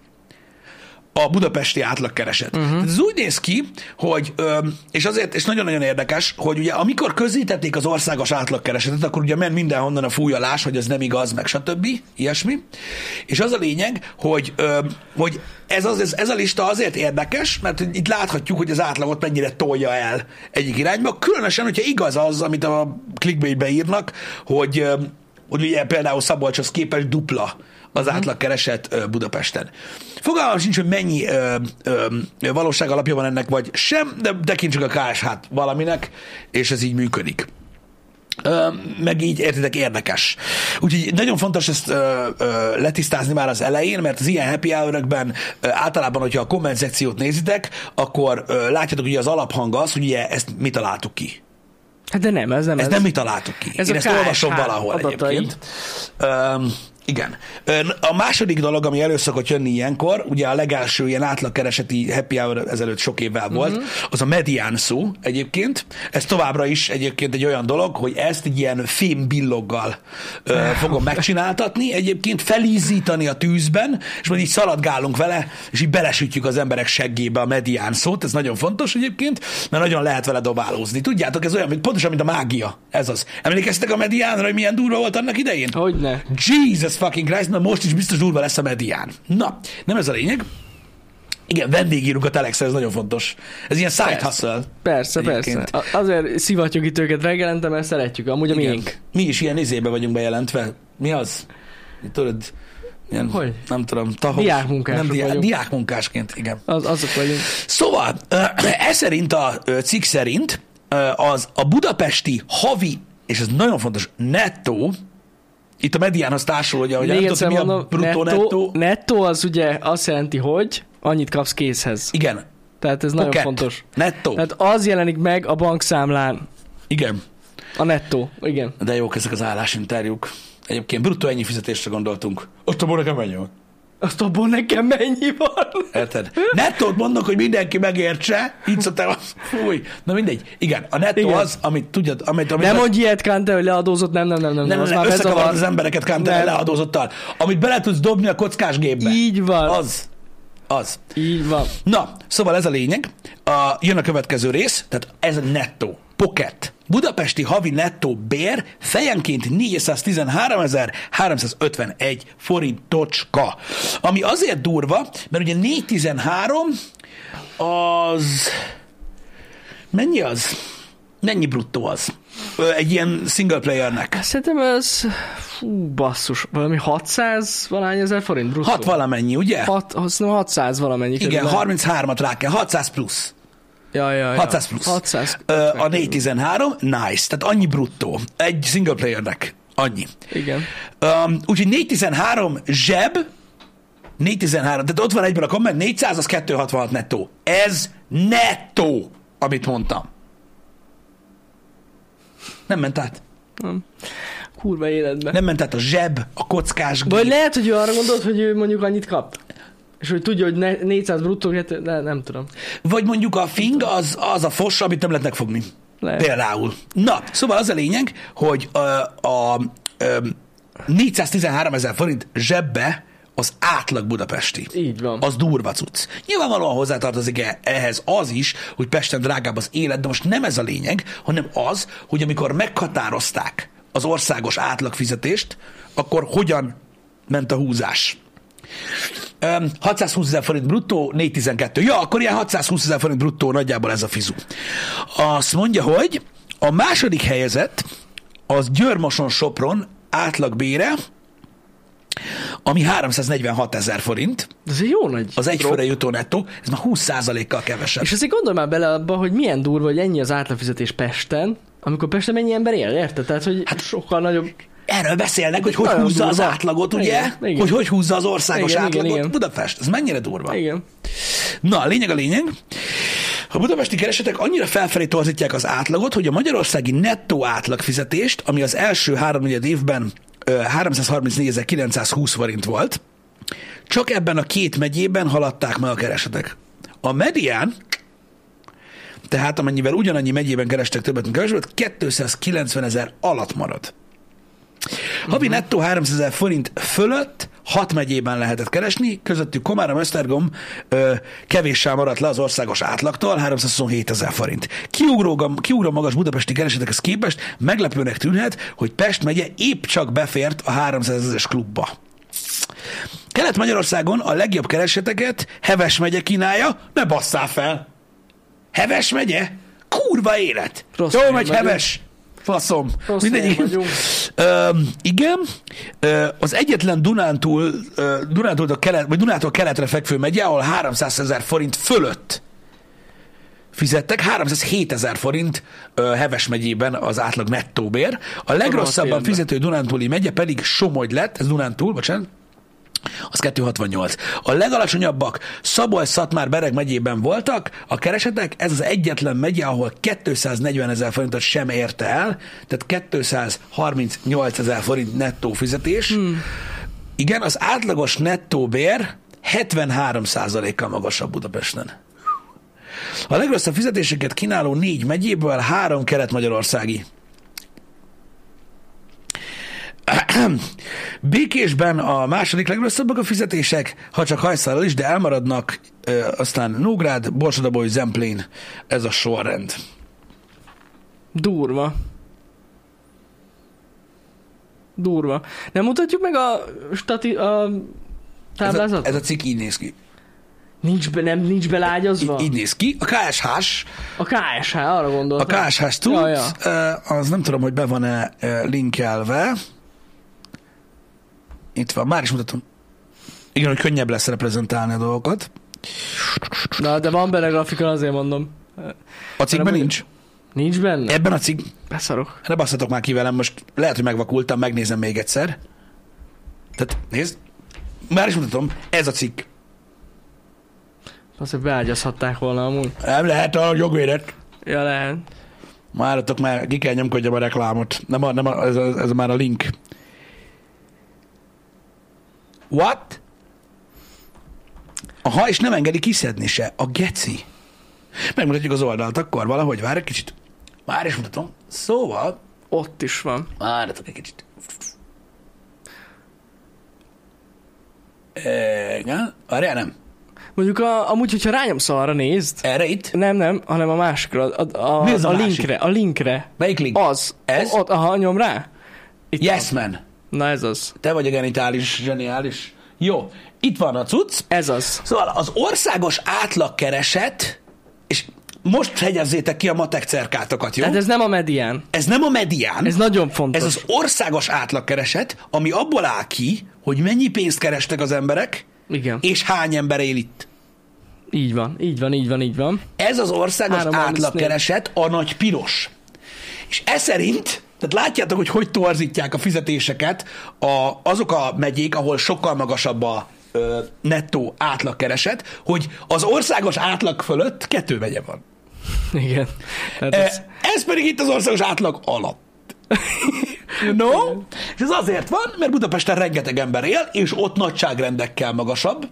A: a budapesti átlagkereset. Uh-huh. Ez úgy néz ki, hogy, öm, és azért, és nagyon-nagyon érdekes, hogy ugye amikor közzétették az országos átlagkeresetet, akkor ugye ment mindenhonnan a fújolás, hogy ez nem igaz, meg stb. ilyesmi. És az a lényeg, hogy, öm, hogy ez, az, ez, ez a lista azért érdekes, mert hogy itt láthatjuk, hogy az átlagot mennyire tolja el egyik irányba, különösen, hogyha igaz az, amit a clickbaitbe írnak, hogy, öm, hogy ugye például Szabolcshoz képest dupla az átlagkereset ö, Budapesten. Fogalmam sincs, hogy mennyi ö, ö, ö, valóság alapja van ennek, vagy sem, de tekintsük a KSH-t valaminek, és ez így működik. Ö, meg így, értitek, érdekes. Úgyhogy nagyon fontos ezt ö, ö, letisztázni már az elején, mert az ilyen happy hour általában, hogyha a komment szekciót nézitek, akkor ö, látjátok, hogy az alaphang az, hogy ugye ezt mi találtuk ki.
B: Hát de nem, ez nem
A: Ez,
B: ez.
A: nem mi találtuk ki.
B: ez
A: Én
B: a
A: ezt
B: KSH
A: olvasom valahol
B: adatait.
A: egyébként. Öm, igen. Ön, A második dolog, ami elő szokott jönni ilyenkor, ugye a legelső ilyen átlagkereseti happy hour ezelőtt sok évvel volt,
B: Mhm.
A: uh-huh. az a medián szó egyébként. Ez továbbra is egyébként egy olyan dolog, hogy ezt egy ilyen fémbilloggal ö, fogom megcsináltatni, egyébként felízítani a tűzben, és majd így szaladgálunk vele, és így belesütjük az emberek seggébe a medián szót, ez nagyon fontos egyébként, mert nagyon lehet vele dobálózni. Tudjátok, ez olyan, mint, pontosan, mint a mágia. Ez az. Emlékeztek a mediánra, hogy milyen durva volt annak idején?
B: Hogyne.
A: Jesus fucking Christ, na most is biztos durva lesz a medián. Na, nem ez a lényeg. Igen, vendégírunk a Telexre, ez nagyon fontos. Ez ilyen side hustle.
B: Persze,
A: Egyébként.
B: persze. A- Azért szivatjuk itt őket reggelente, mert szeretjük. Amúgy a miénk.
A: Mi is ilyen izébe vagyunk bejelentve. Mi az? Tudod, ilyen,
B: Hogy?
A: nem tudom, tahos.
B: Diákmunkások
A: nem diá-
B: vagyunk.
A: diákmunkásként, igen.
B: Az, azok vagyunk.
A: Szóval, ö, ez szerint a ö, cikk szerint ö, az a budapesti havi, és ez nagyon fontos, nettó, itt a mediánhoz társul, hogy ahogy nem
B: Még
A: tudod, hogy
B: egyszer
A: mi a
B: mondom,
A: bruttó nettó.
B: nettó az ugye azt jelenti, hogy annyit kapsz készhez.
A: Igen,
B: Tehát ez nagyon
A: Pocket.
B: fontos. Hát-
A: Nettó.
B: Tehát az jelenik meg a bankszámlán.
A: Igen.
B: A nettó, igen.
A: De jók ezek az állásinterjúk. Egyébként bruttó ennyi fizetésre gondoltunk. Ott a nekem mennyi van.
B: Azt abból nekem mennyi van?
A: Érted? Nettót mondok, hogy mindenki megértse. Így szoktam. Fúj. Na mindegy. Igen, a nettó
B: Igen.
A: az, amit tudjad, amit, amit
B: Nem mondj ilyet, Kante, hogy leadózott, nem, nem, nem, nem.
A: nem,
B: az
A: nem, nem
B: már
A: összekavart
B: bezavar.
A: az embereket kántel
B: Nem.
A: leadózottal. Amit bele tudsz dobni a kockás gépbe.
B: Így van,
A: Az. Az.
B: így van.
A: Na, szóval ez a lényeg. A, jön a következő rész, tehát ez a nettó. Pocket. Budapesti havi nettó bér fejenként 413.351 forintocska. Ami azért durva, mert ugye 413 az... Mennyi az? Mennyi bruttó az? Ö, Egy ilyen single playernek.
B: Szerintem ez, fú, basszus, valami 600 valány ezer forint bruttó.
A: 6 valamennyi, ugye?
B: Hat, azt hiszem 600 valamennyi.
A: Igen,
B: körülbelül.
A: 33-at rá kell, 600 plusz.
B: ja, ja, ja.
A: 600 plusz.
B: 600.
A: Ö, a 413, nice. Tehát annyi bruttó. Egy single playernek. Annyi.
B: Igen.
A: Um, úgyhogy 413 zseb, 413, tehát ott van egyben a komment, 400 az 266 nettó. Ez nettó, amit mondtam. Nem ment át.
B: Kurva életben.
A: Nem ment át a zseb, a kockás gép.
B: Vagy lehet, hogy ő arra gondolt, hogy ő mondjuk annyit kap. És hogy tudja, hogy ne- 400 bruttó, de nem tudom.
A: Vagy mondjuk a fing az, az a fos, amit nem lehet megfogni.
B: Lehet.
A: Például. Na, szóval az a lényeg, hogy a, a, ö, 413 ezer forint zsebbe az átlag budapesti.
B: Így van.
A: Az durva cucc. Nyilvánvalóan hozzátartozik e- ehhez az is, hogy Pesten drágább az élet, de most nem ez a lényeg, hanem az, hogy amikor meghatározták az országos átlagfizetést, akkor hogyan ment a húzás. Öm, 620 ezer forint bruttó, 412. Ja, akkor ilyen 620 ezer forint bruttó nagyjából ez a fizu. Azt mondja, hogy a második helyezett az Györmoson Sopron átlagbére, ami 346 ezer forint,
B: Ez egy jó nagy.
A: az egyfőre jutó nettó, ez már 20%-kal kevesebb.
B: És azért gondolj már bele abba, hogy milyen durva, hogy ennyi az átlagfizetés Pesten, amikor Pesten mennyi ember él, érted? Tehát, hogy hát, sokkal nagyobb.
A: Erről beszélnek, hogy hogy
B: nagyon
A: húzza az
B: durva.
A: átlagot, ugye?
B: Igen, igen.
A: Hogy hogy húzza az országos
B: Igen, igen,
A: átlagot
B: igen.
A: Budapest. Ez mennyire durva.
B: Igen.
A: Na, a lényeg a lényeg. A budapesti keresetek annyira felfelé torzítják az átlagot, hogy a magyarországi nettó átlagfizetést, ami az első háromnegyed évben ö, 334.920 forint volt, csak ebben a két megyében haladták meg a keresetek. A medián, tehát amennyivel ugyanannyi megyében kerestek többet, mint kevesebbet, 290 ezer alatt marad. Havi nettó 300 ezer forint fölött hat megyében lehetett keresni, közöttük Komárom, Esztergom ö, kevéssel maradt le az országos átlagtól, 327 ezer forint. Kiugró, kiugró magas budapesti keresetekhez képest meglepőnek tűnhet, hogy Pest megye épp csak befért a 300 ezeres klubba. Kelet-Magyarországon a legjobb kereseteket Heves megye kínálja, ne basszál fel! Heves megye? Kurva élet!
B: Rossz
A: Jól
B: helyen
A: megy
B: vagyunk.
A: Heves! Faszom!
B: Rossz
A: Mindegyik.
B: helyen vagyunk.
A: Ö, igen, ö, az egyetlen Dunántúl, ö, Dunántúl a kelet, vagy Dunától keletre fekvő megye, ahol 300 ezer forint fölött fizettek, 307 ezer forint ö, Heves megyében az átlag nettóbér. A legrosszabban
B: Rohadt
A: fizető Dunántúli megye pedig Somogy lett, ez Dunántúl, bocsánat, az 268. A legalacsonyabbak Szabolcs-Szatmár Bereg megyében voltak, a keresetek, ez az egyetlen megye, ahol 240 ezer forintot sem érte el, tehát 238 ezer forint nettó fizetés. Hmm. Igen, az átlagos nettó bér 73%-kal magasabb Budapesten. A legrosszabb fizetéseket kínáló négy megyéből három kelet-magyarországi. Békésben a második legrosszabbak a fizetések, ha csak hajszállal is, de elmaradnak ö, aztán Nógrád, Borsodaboly, Zemplén, ez a sorrend.
B: Durva. Durva. Nem mutatjuk meg a, stati- a
A: Ez a,
B: táblázatot?
A: ez a cikk így néz ki.
B: Nincs, be, nem, nincs belágyazva?
A: Így, így néz ki. A KSH-s,
B: A KSH, arra
A: a
B: gondoltam.
A: KSH-s tud,
B: Ja, ja.
A: ö, az nem tudom, hogy be van-e ö, linkelve. Itt van, már is mutatom. Igen, hogy könnyebb lesz reprezentálni a dolgokat.
B: Na, de van benne grafikon, azért mondom.
A: A cikkben
B: Hanem-
A: nincs.
B: Nincs benne?
A: Ebben a cikk,
B: Beszarok.
A: ne basszatok már ki velem, most lehet, hogy megvakultam, megnézem még egyszer. Tehát nézd, már is mutatom, ez a cikk.
B: Azt, hogy beágyazhatták volna amúgy.
A: Nem lehet a jogvédett.
B: Ja, lehet.
A: Már adtok már, ki kell nyomkodjam a reklámot. Nem, a, nem a, ez, a, ez már a link. What? Aha, és nem engedi kiszedni se. A geci. Megmutatjuk az oldalt akkor valahogy. Várj egy kicsit. Már is mutatom. Szóval,
B: Ott is van.
A: Várjatok egy kicsit. E, Igen, várjál, nem.
B: Mondjuk a, amúgy, hogyha rányomsz arra, nézd.
A: Erre itt?
B: Nem, nem, hanem a másikra. A, a,
A: Mi az a
B: a
A: másik?
B: linkre, a linkre.
A: Melyik link?
B: Az.
A: Ez?
B: Ott, aha, nyom rá. Itt
A: Yes, man.
B: Van. Na ez az.
A: Te vagy a genitális, zseniális. Jó, itt van a cucc.
B: Ez az.
A: Szóval az országos átlagkereset, és most hegyezzétek ki a matek cerkátokat, jó?
B: Tehát
A: Ez,
B: Hát ez nem a medián.
A: ez nem a medián.
B: Ez nagyon fontos.
A: Ez az országos átlagkereset, ami abból áll ki, hogy mennyi pénzt kerestek az emberek,
B: Igen.
A: és hány ember él itt.
B: Így van, így van, így van, így van.
A: Ez az országos
B: 334.
A: átlagkereset a nagy piros. És ez szerint, tehát látjátok, hogy hogy torzítják a fizetéseket a, azok a megyék, ahol sokkal magasabb a ö, nettó átlagkereset, hogy az országos átlag fölött kettő megye van.
B: Igen. Tehát ez,
A: Ez, ez pedig itt az országos átlag alatt. No? És ez azért van, mert Budapesten rengeteg ember él, és ott nagyságrendekkel magasabb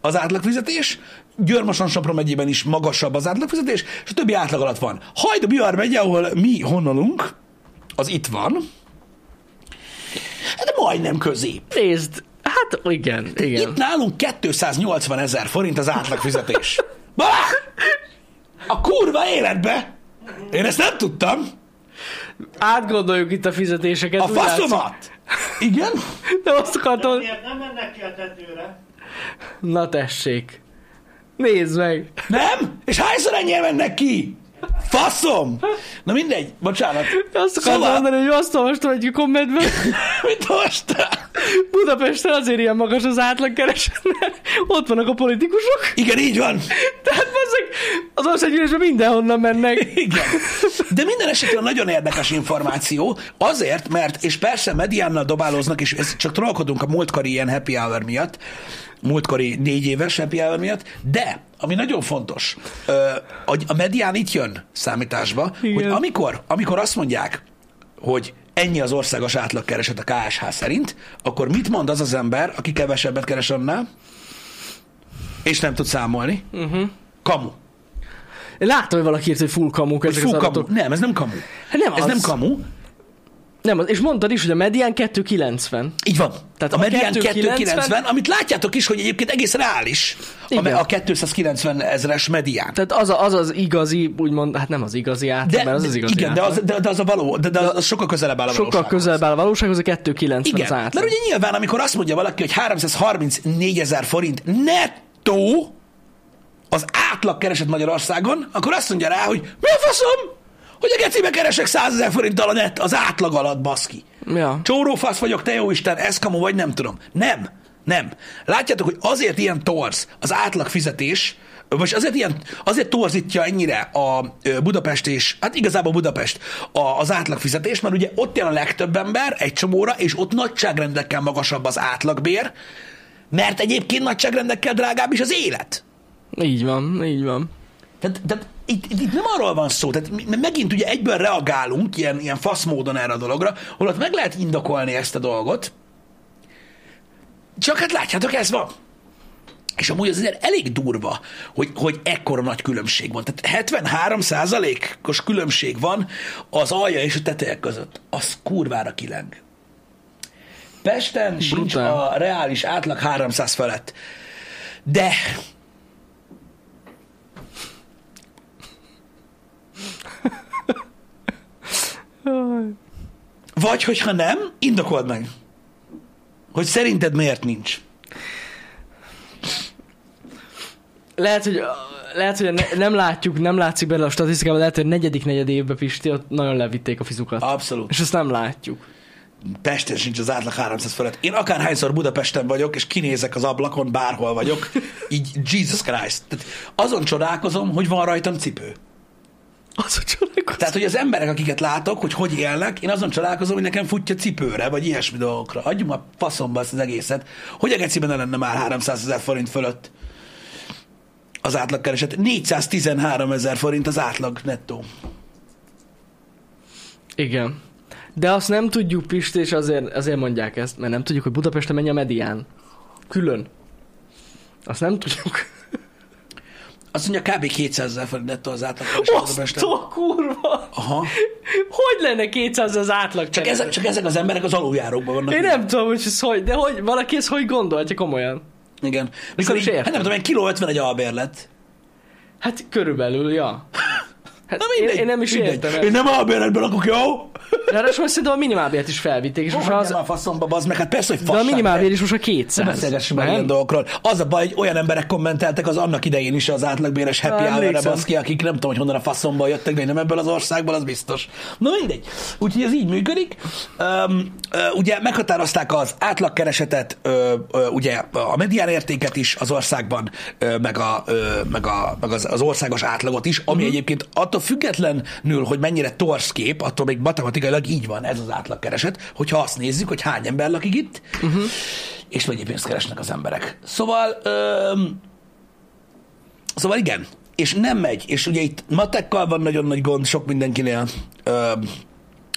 A: az átlagfizetés, Győrmoson Sopron megyében is magasabb az átlagfizetés, és a többi átlag alatt van. Hajd a Bihar megye, ahol mi honolunk, az itt van. Hát De majdnem közép.
B: Nézd, hát igen, igen.
A: Itt nálunk 280 ezer forint az átlag fizetés. Bah! A kurva életbe! Én ezt nem tudtam.
B: Átgondoljuk itt a fizetéseket.
A: A
B: úgy látszik.
A: faszomat! Igen?
B: De azt akartam, hogy-
C: Miért nem mennek ki a tetőre?
B: na tessék. Nézd meg.
A: Nem? És hányszor ennyien mennek ki? Faszom! Na mindegy, bocsánat.
B: Azt akartam
A: Szóval-
B: mondani, hogy azt olvastam egy kommentben,
A: Mit most?
B: Budapesten azért ilyen magas az átlagkereset, mert ott vannak a politikusok.
A: Igen, így van.
B: Tehát bazzeg, az országgyűlésben mindenhonnan mennek.
A: Igen. De minden esetben nagyon érdekes információ, azért, mert, és persze mediánnal dobálóznak, és ez csak trollkodunk a múltkori ilyen happy hour miatt, múltkori négy éves happy hour miatt, de, ami nagyon fontos, ö, hogy a medián itt jön számításba, Igen. hogy
B: Igen.
A: amikor, amikor azt mondják, hogy ennyi az országos átlagkereset a KSH szerint, akkor mit mond az az ember, aki kevesebbet keres annál, és nem tud számolni? Uh-huh. Kamu.
B: Én láttam, hogy valaki írt, hogy full kamuk ezek
A: Fú,
B: az
A: kamu.
B: adatok.
A: Nem, ez nem kamu.
B: Hát nem
A: ez
B: az.
A: nem kamu.
B: Nem, az- és mondtad is, hogy a medián 290.
A: Így van.
B: Tehát
A: a
B: a
A: medián
B: 290
A: 290, amit látjátok is, hogy egyébként egész reális a, me-
B: Igen.
A: a 290 ezres medián.
B: Tehát az, a, az az igazi, úgond, hát nem az igazi átlag,
A: De,
B: mert az az igazi
A: igen, de
B: átlag.
A: az, de, de az a való, de, de az, az sokkal közelebb áll a
B: Sokkal
A: valósághoz.
B: közelebb áll a valósághoz, a 290
A: Igen,
B: az átlag.
A: mert ugye nyilván, amikor azt mondja valaki, hogy 334 ezer forint nettó az átlag keresett Magyarországon, akkor azt mondja rá, hogy mi a faszom, hogy a gecibe keresek 100 ezer forinttal a net, az átlag alatt, baszki.
B: Ja.
A: Csórófasz vagyok, te jó Isten, ez kamu vagy nem tudom. Nem, nem. Látjátok, hogy azért ilyen torz az átlag fizetés, vagy azért, ilyen, azért torzítja ennyire a ö, Budapest és, hát igazából Budapest a, az átlag fizetés, mert ugye ott jön a legtöbb ember egy csomóra, és ott nagyságrendekkel magasabb az átlagbér, mert egyébként nagyságrendekkel drágább is az élet.
B: Így van, így van.
A: Tehát, tehát itt, itt, itt nem arról van szó, tehát mi- megint ugye egyből reagálunk ilyen, ilyen fasz módon erre a dologra, holott meg lehet indokolni ezt a dolgot, csak hát látjátok, ez van. És amúgy az azért elég durva, hogy, hogy ekkora nagy különbség van. Tehát 73 os különbség van az alja és a teteje között. Az kurvára kileng. Pesten sincs
B: Brutál.
A: a reális átlag 300 felett. De Vagy hogyha nem, indokold meg. Hogy szerinted miért nincs.
B: Lehet, hogy, lehet, hogy ne, nem látjuk, nem látszik bele a statisztikában, lehet, hogy negyedik negyed évben Pisti, ott nagyon levitték a fizukat.
A: Abszolút.
B: És ezt nem látjuk.
A: Pesten sincs az átlag 300 fölött. Én akárhányszor Budapesten vagyok, és kinézek az ablakon, bárhol vagyok, így Jesus Christ. Tehát azon csodálkozom, hogy van rajtam cipő.
B: Az a csodálkozó.
A: Tehát, hogy az emberek, akiket látok, hogy hogy élnek, én azon csodálkozom, hogy nekem futja cipőre, vagy ilyesmi dolgokra. Adjunk a faszomba ezt az egészet. Hogy a geciben ne lenne már 300 ezer forint fölött az átlagkereset? 413 ezer forint az átlag nettó.
B: Igen. De azt nem tudjuk, Pisti, és azért, azért mondják ezt, mert nem tudjuk, hogy Budapesten mennyi a medián. Külön. Azt nem tudjuk.
A: Azt mondja, kb. 200 ezer forint nettó az átlagkereset Budapesten.
B: a kurva!
A: Aha.
B: Hogy lenne 200 az átlag?
A: Csak ezek, csak ezek az emberek az aluljárókban vannak.
B: Én nem tudom, hogy ez hogy, de hogy, valaki ezt hogy gondolja komolyan?
A: Igen. Mikor
B: nem
A: így,
B: is
A: hát
B: értem.
A: nem tudom, egy kiló 50 egy albérlet.
B: Hát körülbelül, ja. Hát
A: Na mindegy.
B: én, én, nem is
A: mindegy.
B: értem.
A: Én
B: ezt.
A: nem albérletben lakok, jó?
B: De most szerintem a minimálbért is felvitték, és
A: Most
B: most már
A: az...
B: az,
A: a faszomba, bazd meg, hát persze, hogy
B: de a
A: fasság,
B: minimálbér is most a
A: Ne
B: 200.
A: beszélgessünk már
B: nem?
A: ilyen dolgokról. Az a baj, hogy olyan emberek kommenteltek az annak idején is az átlagbéres happy
B: Á,
A: hour-re,
B: emlékszem.
A: baszki, akik nem tudom, hogy honnan a faszomból jöttek, de nem ebből az országból, az biztos. Na mindegy. Úgyhogy ez így működik. Um, uh, ugye meghatározták az átlagkeresetet, uh, uh, ugye a medián értéket is az országban, uh, meg, a, uh, meg, a, meg az, az országos átlagot is, ami
B: Mhm.
A: uh-huh. egyébként attól függetlenül, hogy mennyire torsz kép, attól még matematikailag így van ez az átlagkereset, hogyha azt nézzük, hogy hány ember lakik itt,
B: Mhm.
A: uh-huh és mennyi pénzt keresnek az emberek. Szóval, öm, szóval igen, és nem megy, és ugye itt matekkal van nagyon nagy gond sok mindenkinél, öm,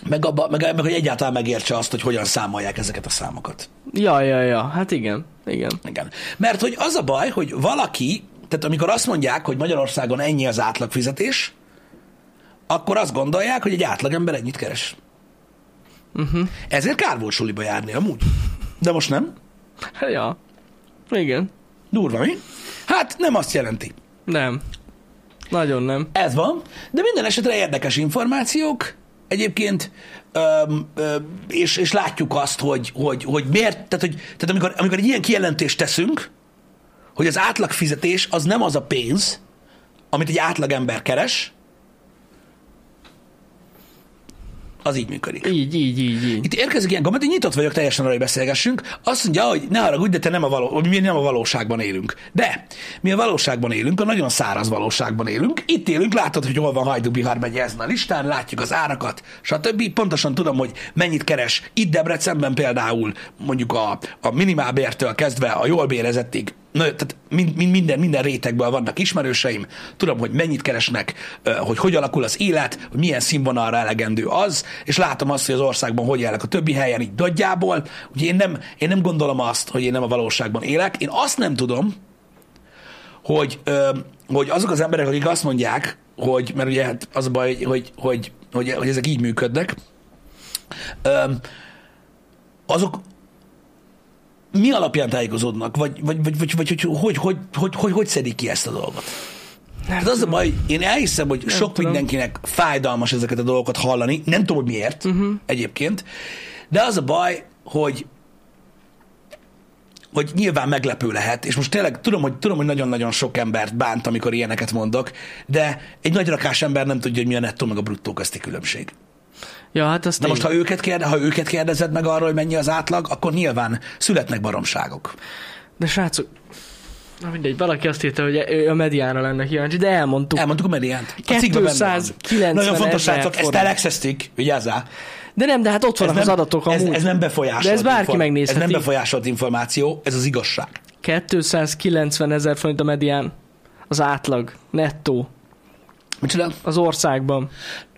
A: meg, abba, meg, meg hogy egyáltalán megértse azt, hogy hogyan számolják ezeket a számokat.
B: Ja, ja, ja, hát igen, igen.
A: Igen. Mert hogy az a baj, hogy valaki, tehát amikor azt mondják, hogy Magyarországon ennyi az átlagfizetés, akkor azt gondolják, hogy egy átlagember ennyit keres.
B: Uh-huh.
A: Ezért kár volt suliba járni amúgy. De most nem.
B: Hát, Ja. Igen.
A: Durva, mi? Hát nem azt jelenti.
B: Nem. Nagyon nem.
A: Ez van, de minden esetre érdekes információk egyébként, öm, öm, és, és látjuk azt, hogy, hogy, hogy miért, tehát, hogy, tehát amikor, amikor egy ilyen kijelentést teszünk, hogy az átlag fizetés az nem az a pénz, amit egy átlag ember keres, az így működik.
B: Így, így, így, így.
A: Itt érkezik ilyen komment, hogy nyitott vagyok teljesen arra, hogy beszélgessünk. Azt mondja, hogy ne haragudj, de te nem a, való, hogy mi nem a valóságban élünk. De mi a valóságban élünk, a nagyon száraz valóságban élünk. Itt élünk, látod, hogy hol van Hajdú Bihar megye ezen a listán, látjuk az árakat, stb. Pontosan tudom, hogy mennyit keres itt Debrecenben például, mondjuk a, a minimálbértől kezdve a jól bérezettig, Na, tehát mind, mind, minden, minden rétegből vannak ismerőseim, tudom, hogy mennyit keresnek, ö, hogy hogy alakul az élet, hogy milyen színvonalra elegendő az, és látom azt, hogy az országban hogy élnek a többi helyen, így dagjából. Ugye én nem, én nem gondolom azt, hogy én nem a valóságban élek, én azt nem tudom, hogy, ö, hogy azok az emberek, akik azt mondják, hogy, mert ugye hát az a baj, hogy, hogy, hogy, hogy, hogy ezek így működnek, ö, azok, mi alapján tájékozódnak, vagy, vagy, vagy, vagy, vagy hogy, hogy, hogy, hogy, hogy, hogy szedik ki ezt a dolgot? Hát az a baj, hogy én elhiszem, hogy nem sok
B: tudom.
A: tudom. mindenkinek fájdalmas ezeket a dolgokat hallani, nem tudom, hogy miért uh-huh. egyébként, de az a baj, hogy hogy nyilván meglepő lehet, és most tényleg tudom, hogy tudom, hogy nagyon-nagyon sok embert bánt, amikor ilyeneket mondok, de egy nagy rakás ember nem tudja, hogy mi a nettó meg a bruttó közti különbség.
B: Ja, hát azt
A: De most,
B: ha...
A: ha őket, kérde, ha őket kérdezed meg arról, hogy mennyi az átlag, akkor nyilván születnek baromságok.
B: De srácok, na mindegy, valaki azt írta, hogy ő a mediára lenne kíváncsi, de elmondtuk.
A: Elmondtuk a mediánt. A cikkben benne van.
B: 290
A: Nagyon fontos,
B: ezer
A: srácok, ezt
B: forint.
A: telexeztik, vigyázzál.
B: De nem, de hát ott vannak az adatok
A: ez,
B: amúgy.
A: ez nem befolyásolt.
B: De ez bárki megnézheti.
A: Ez nem befolyásolt információ, ez az igazság.
B: 290 ezer forint a medián. Az átlag, nettó,
A: Mit csinál?
B: az országban.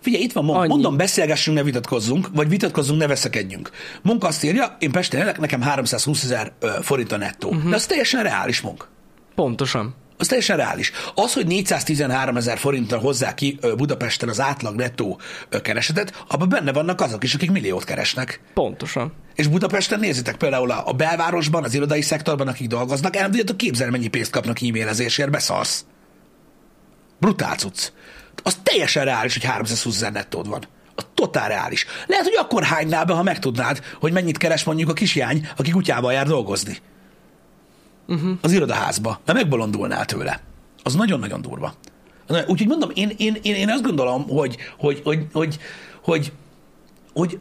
A: Figyelj, itt van, mond,
B: Annyi.
A: mondom, beszélgessünk, ne vitatkozzunk, vagy vitatkozzunk, ne veszekedjünk. Munka azt írja, én Pesten élek, nekem 320 ezer forint a nettó.
B: Mhm.
A: Uh-huh. De az teljesen reális munka.
B: Pontosan.
A: Az teljesen reális. Az, hogy 413 ezer forinttal hozzá ki ö, Budapesten az átlag nettó ö, keresetet, abban benne vannak azok is, akik milliót keresnek.
B: Pontosan.
A: És Budapesten nézzétek például a, a belvárosban, az irodai szektorban, akik dolgoznak, el nem tudjátok képzelni, mennyi pénzt kapnak e-mailezésért, beszarsz. Brutál cucc. Az teljesen reális, hogy 320 ezer nettód van. Az totál reális. Lehet, hogy akkor hánynál be, ha megtudnád, hogy mennyit keres mondjuk a kisjány, aki kutyával jár dolgozni. Uh-huh. Az irodaházba. Mert megbolondulnál tőle. Az nagyon-nagyon durva. Na, Úgyhogy mondom, én, én, én, én azt gondolom, hogy, hogy, hogy, hogy, hogy hogy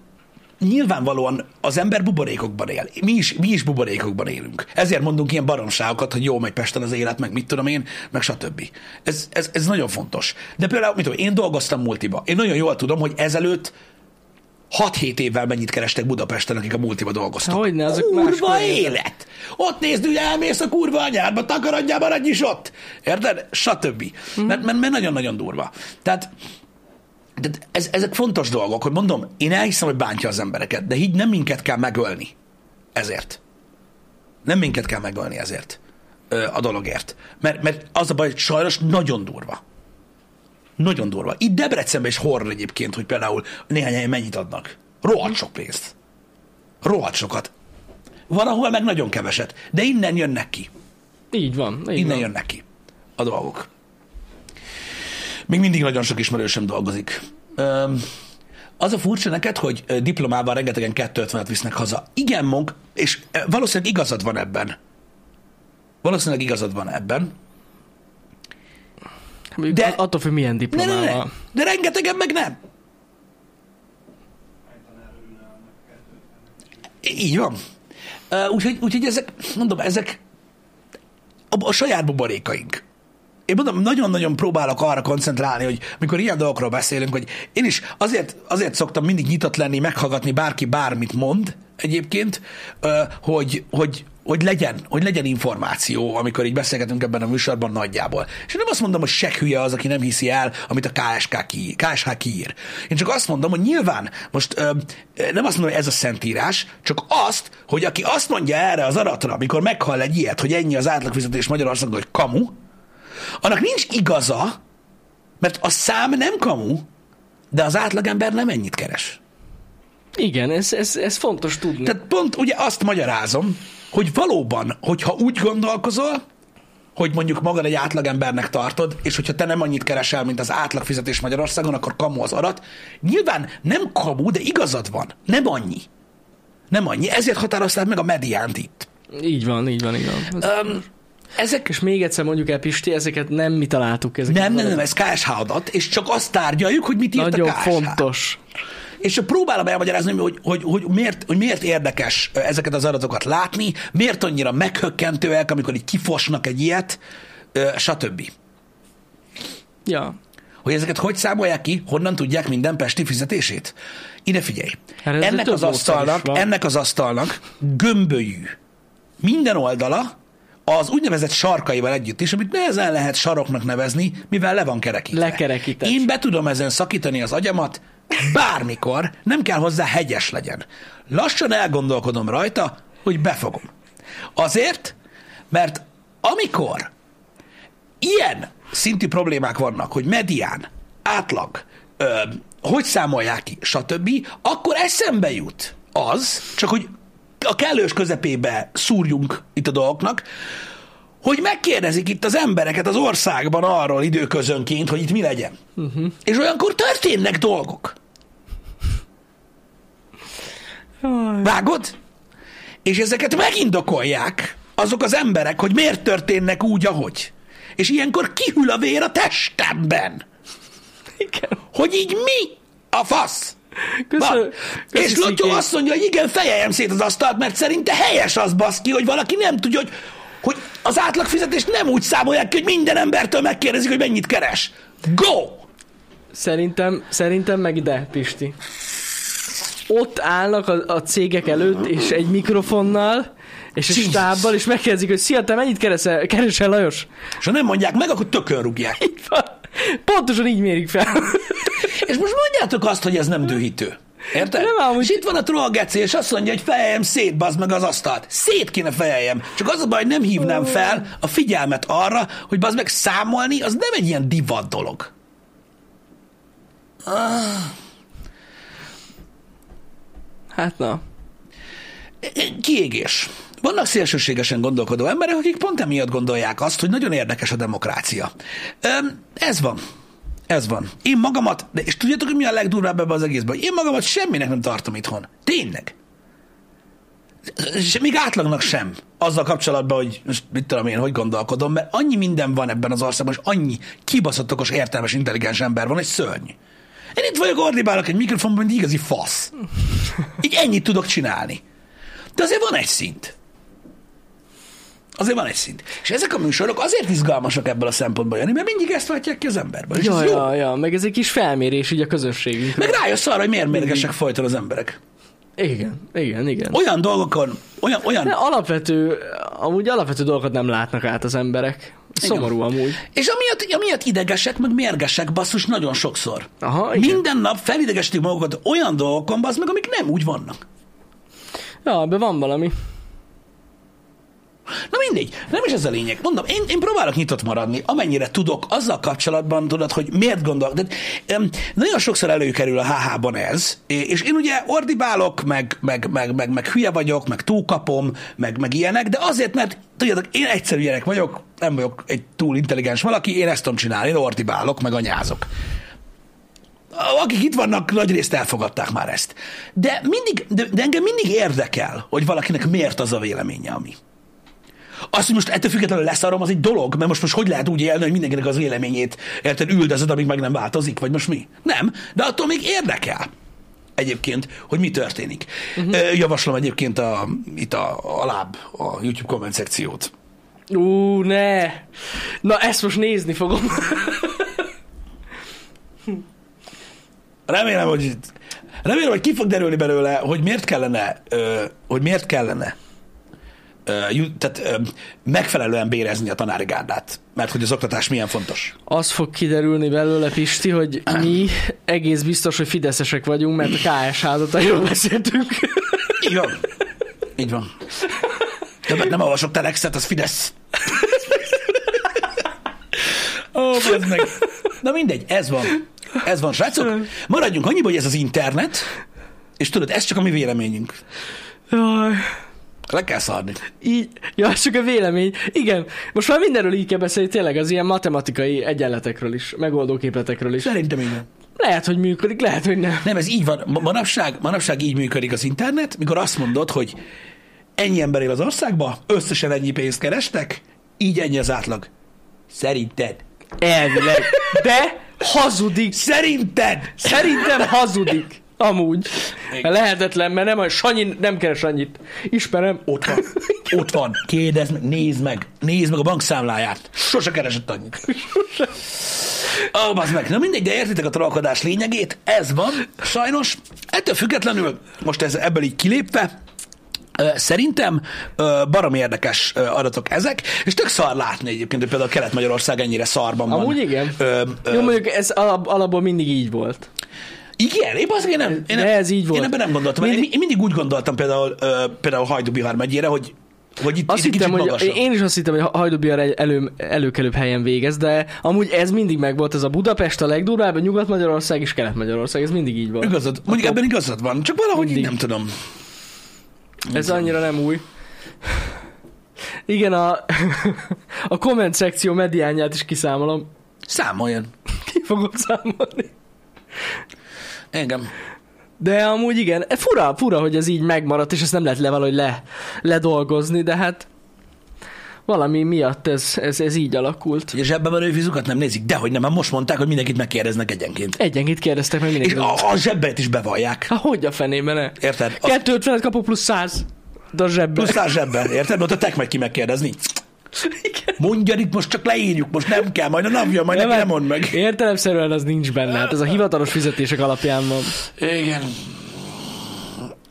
A: nyilvánvalóan az ember buborékokban él. Mi is, mi is buborékokban élünk. Ezért mondunk ilyen baromságokat, hogy jó megy Pesten az élet, meg mit tudom én, meg stb. Ez, ez, ez nagyon fontos. De például, mit tudom, én dolgoztam multiba. Én nagyon jól tudom, hogy ezelőtt 6-7 évvel mennyit kerestek Budapesten, akik a multiba dolgoztak.
B: Hogyne, azok
A: kurva
B: máskor
A: élet! Ott nézd, ugye elmész a kurva anyádba, takarodjál, maradj is ott! Érted? Stb. Mm. Mert, mert, mert nagyon-nagyon durva. Tehát de ez, ezek fontos dolgok, hogy mondom, én elhiszem, hogy bántja az embereket, de így nem minket kell megölni ezért. Nem minket kell megölni ezért ö, a dologért. Mert, mert az a baj, hogy sajnos nagyon durva. Nagyon durva. Itt Debrecenben is horror egyébként, hogy például néhány helyen mennyit adnak. Rohadt sok pénzt. Rohadt sokat. Van, ahol meg nagyon keveset. De innen jönnek ki.
B: Így van. Így
A: Innen
B: van.
A: jönnek ki a dolgok. Még mindig nagyon sok ismerősöm dolgozik. Öm, az a furcsa neked, hogy ö, diplomával rengetegen 250-et visznek haza. Igen, Monk, és ö, valószínűleg igazad van ebben. Valószínűleg igazad van ebben.
B: De...
A: De-
B: Attól függ, milyen
A: Ne, ne,
B: diplomával.
A: ne, de rengetegen meg nem. I- Így van. Ö, Úgyhogy, úgyhogy ezek, mondom, ezek a, a saját buborékaink. Én mondom, nagyon-nagyon próbálok arra koncentrálni, hogy mikor ilyen dolgokról beszélünk, hogy én is azért, azért szoktam mindig nyitott lenni, meghallgatni bárki bármit mond egyébként, ö, hogy, hogy, hogy legyen, hogy legyen információ, amikor így beszélgetünk ebben a műsorban nagyjából. És én nem azt mondom, hogy se hülye az, aki nem hiszi el, amit a KSK ki, KSH kiír. Én csak azt mondom, hogy nyilván most ö, ö, nem azt mondom, hogy ez a szentírás, csak azt, hogy aki azt mondja erre az aratra, amikor meghall egy ilyet, hogy ennyi az átlagfizetés Magyarországon, hogy kamu, annak nincs igaza, mert a szám nem kamu, de az átlagember nem ennyit keres.
B: Igen, ez, ez, ez fontos tudni.
A: Tehát pont ugye azt magyarázom, hogy valóban, hogyha úgy gondolkozol, hogy mondjuk magad egy átlagembernek tartod, és hogyha te nem annyit keresel, mint az átlag fizetés Magyarországon, akkor kamu az arat. Nyilván nem kamu, de igazad van. Nem annyi. Nem annyi. Ezért határozták meg a mediánt itt.
B: Így van, így van, így van. Ez-
A: Öm, ezek
B: És még egyszer mondjuk el, Pisti, ezeket nem mi találtuk. Ezeket
A: nem, nem, nem, ez KSH adat, és csak azt tárgyaljuk, hogy mit írt
B: Nagyon
A: a KSH.
B: fontos.
A: És csak próbálom elmagyarázni, hogy, hogy, hogy, miért, hogy miért érdekes ezeket az adatokat látni, miért annyira meghökkentőek, amikor így kifosnak egy ilyet, ö, stb.
B: Ja.
A: Hogy ezeket hogy számolják ki, honnan tudják minden pesti fizetését? Ide figyelj.
B: Hát ez
A: ennek
B: több
A: az,
B: módszer is
A: asztalnak,
B: van.
A: ennek az asztalnak gömbölyű. Minden oldala az úgynevezett sarkaival együtt is, amit nehezen lehet saroknak nevezni, mivel le van kerekítve.
B: Lekerekített.
A: Én be tudom ezen szakítani az agyamat bármikor, nem kell hozzá hegyes legyen. Lassan elgondolkodom rajta, hogy befogom. Azért, mert amikor ilyen szintű problémák vannak, hogy medián, átlag, ö, hogy számolják ki, stb., akkor eszembe jut az, csak hogy a kellős közepébe szúrjunk itt a dolgoknak, hogy megkérdezik itt az embereket az országban arról időközönként, hogy itt mi legyen. Uh-huh. És olyankor történnek dolgok. Vágod? És ezeket megindokolják azok az emberek, hogy miért történnek úgy, ahogy. És ilyenkor kihűl a vér a testemben,
B: Igen.
A: hogy így mi a fasz. Van.
B: Köszönöm. Köszi,
A: És Lotyó
B: Sziki.
A: azt mondja, hogy igen, fejeljem szét az asztalt, mert szerinte helyes az baszki, hogy valaki nem tudja, hogy, hogy az átlag fizetést nem úgy számolják ki, hogy minden embertől megkérdezik, hogy mennyit keres. Go!
B: Szerintem, szerintem meg ide, Pisti. Ott állnak a, a cégek előtt, és egy mikrofonnal, és egy
A: Jesus.
B: stábbal, és megkérdezik, hogy szia, te mennyit keresel, keresel Lajos?
A: És ha nem mondják meg, akkor tökön rúgják.
B: Így van. Pontosan így mérik fel.
A: És most mondjátok azt, hogy ez nem dühítő. Érted?
B: Nem,
A: Nem,
B: amúgy-
A: és itt van a trollgeci, és azt mondja, hogy fejeljem szét, bazd meg az asztalt. Szét kéne fejeljem. Csak az a baj, hogy nem hívnám fel a figyelmet arra, hogy bazd meg számolni, az nem egy ilyen divat dolog.
B: Hát na.
A: Kiégés. Vannak szélsőségesen gondolkodó emberek, akik pont emiatt gondolják azt, hogy nagyon érdekes a demokrácia. Öm, ez van. Ez van. Én magamat, de és tudjátok, hogy mi a legdurvább ebben az egészben? Én magamat semminek nem tartom itthon. Tényleg. És még átlagnak sem. Azzal kapcsolatban, hogy most mit tudom én, hogy gondolkodom, mert annyi minden van ebben az országban, és annyi kibaszott okos, értelmes, intelligens ember van, egy szörny. Én itt vagyok, ordibálok egy mikrofonban, mint igazi fasz. Így ennyit tudok csinálni. De azért van egy szint. Azért van egy szint. És ezek a műsorok azért izgalmasak ebből a szempontból, Jani, mert mindig ezt váltják ki az emberből. És
B: Ja,
A: ez jó.
B: ja, ja, meg ez egy kis felmérés így a közönségünk.
A: Meg rájössz arra, hogy miért mérgesek folyton az emberek.
B: Igen, igen, igen.
A: Olyan dolgokon, olyan, olyan,
B: De alapvető, amúgy alapvető dolgokat nem látnak át az emberek. Szomorú amúgy.
A: És amiatt, amiatt idegesek, meg mérgesek, basszus, nagyon sokszor.
B: Aha, igen.
A: Minden nap felidegesítik magukat olyan dolgokon, bassz meg, amik nem úgy vannak.
B: Ja, ebben van valami.
A: Na mindegy, nem is ez a lényeg. Mondom, én, én próbálok nyitott maradni, amennyire tudok, azzal kapcsolatban tudod, hogy miért gondolok. De, em, nagyon sokszor előkerül a HH-ban ez, é- és én ugye ordibálok, meg, meg, meg, meg, meg hülye vagyok, meg túlkapom, meg, meg ilyenek, de azért, mert tudjátok, én egyszerű gyerek vagyok, nem vagyok egy túl intelligens valaki, én ezt tudom csinálni, én ordibálok, meg anyázok akik itt vannak, nagy részt elfogadták már ezt. De, mindig, de, de engem mindig érdekel, hogy valakinek miért az a véleménye, ami. Azt, hogy most ettől függetlenül leszarom, az egy dolog, mert most, most hogy lehet úgy élni, hogy mindenkinek az véleményét érted üldözöd, amíg meg nem változik, vagy most mi? Nem, de attól még érdekel egyébként, hogy mi történik. Uh-huh. Javaslom egyébként a, itt a, a láb, a YouTube komment szekciót.
B: Ú, ne! Na, ezt most nézni fogom.
A: Remélem, hogy remélem, hogy ki fog derülni belőle, hogy miért kellene, ö, hogy miért kellene ö, ju- tehát ö, megfelelően bérezni a tanári gárdát, mert hogy az oktatás milyen fontos.
B: Az fog kiderülni belőle, Pisti, hogy mi egész biztos, hogy fideszesek vagyunk, mert a KS házatáról beszéltünk.
A: Így van. Így van. Többet nem olvasok telexet, az Fidesz. Ó, oh, meg. Na mindegy, ez van. Ez van, srácok. Maradjunk annyiba, hogy ez az internet, És tudod, ez csak a mi véleményünk.
B: Jaj.
A: Le kell szarni.
B: Így, ja, ez csak a vélemény. Igen, most már mindenről így kell beszélni, tényleg az ilyen matematikai egyenletekről is, megoldó képletekről is.
A: Szerintem igen.
B: Lehet, hogy működik, lehet, hogy nem.
A: Nem, ez így van. Ma- Manapság, manapság így működik az internet, mikor azt mondod, hogy ennyi ember él az országban, összesen ennyi pénzt kerestek, így ennyi az átlag. Szerinted?
B: Elvileg. De hazudik.
A: Szerinted?
B: Szerintem hazudik. Amúgy.
A: Igen.
B: Lehetetlen, mert nem, a Sanyi nem keres annyit. Ismerem.
A: Ott van. Ott van. Kérdezd meg, nézd meg. Nézd meg a bankszámláját. Sose keresett annyit. Ó, oh, meg. Na mindegy, de értitek a trollkodás lényegét. Ez van. Sajnos. Ettől függetlenül, most ez, ebből így kilépve, ö, Szerintem ö, barom érdekes ö, adatok ezek, és tök szar látni egyébként, hogy például Kelet-Magyarország ennyire szarban van.
B: Amúgy igen.
A: Ö, ö,
B: Jó, mondjuk ez alap, alapból mindig így volt.
A: igen, én, az, én, nem, én, nem,
B: De ez így volt.
A: én ebben nem gondoltam. Mindig, én mindig úgy gondoltam például, ö, például Hajdú-Bihar megyére, hogy, hogy itt,
B: Azt
A: itt
B: hittem,
A: kicsit
B: hogy,
A: magasabb.
B: én is azt hittem, hogy Hajdubihar egy elő, előkelőbb helyen végez, de amúgy ez mindig megvolt, ez a Budapest a legdurvább, a Nyugat-Magyarország és Kelet-Magyarország, ez mindig így volt.
A: Igazad, mondjuk ebben igazad van, csak valahogy így
B: Mindig.
A: nem tudom.
B: Ez annyira nem új. Igen, a, a komment szekció mediánját is kiszámolom.
A: Számoljon.
B: Ki fogom számolni.
A: Engem.
B: De amúgy igen, e, fura, fura, hogy ez így megmaradt, és ezt nem lehet le valahogy le, ledolgozni, de hát valami miatt ez, ez, ez így alakult.
A: Ugye zsebben menő fizukat nem nézik, dehogy nem, mert most mondták, hogy mindenkit megkérdeznek egyenként.
B: Egyenként kérdeztek meg
A: És
B: mindenkit.
A: a, a zsebbet is bevallják.
B: Há, hogy a fenében ne?
A: Érted? A
B: 250 kapok plusz 100. De a zsebbe.
A: plusz a zsebben, érted? Ott a tek megy ki megkérdezni.
B: Igen.
A: Mondja itt, most csak leírjuk, most nem kell, majd a napja, majd nem,
B: hát
A: nem mond meg.
B: Értelemszerűen az nincs benne, hát ez a hivatalos fizetések alapján van.
A: Igen.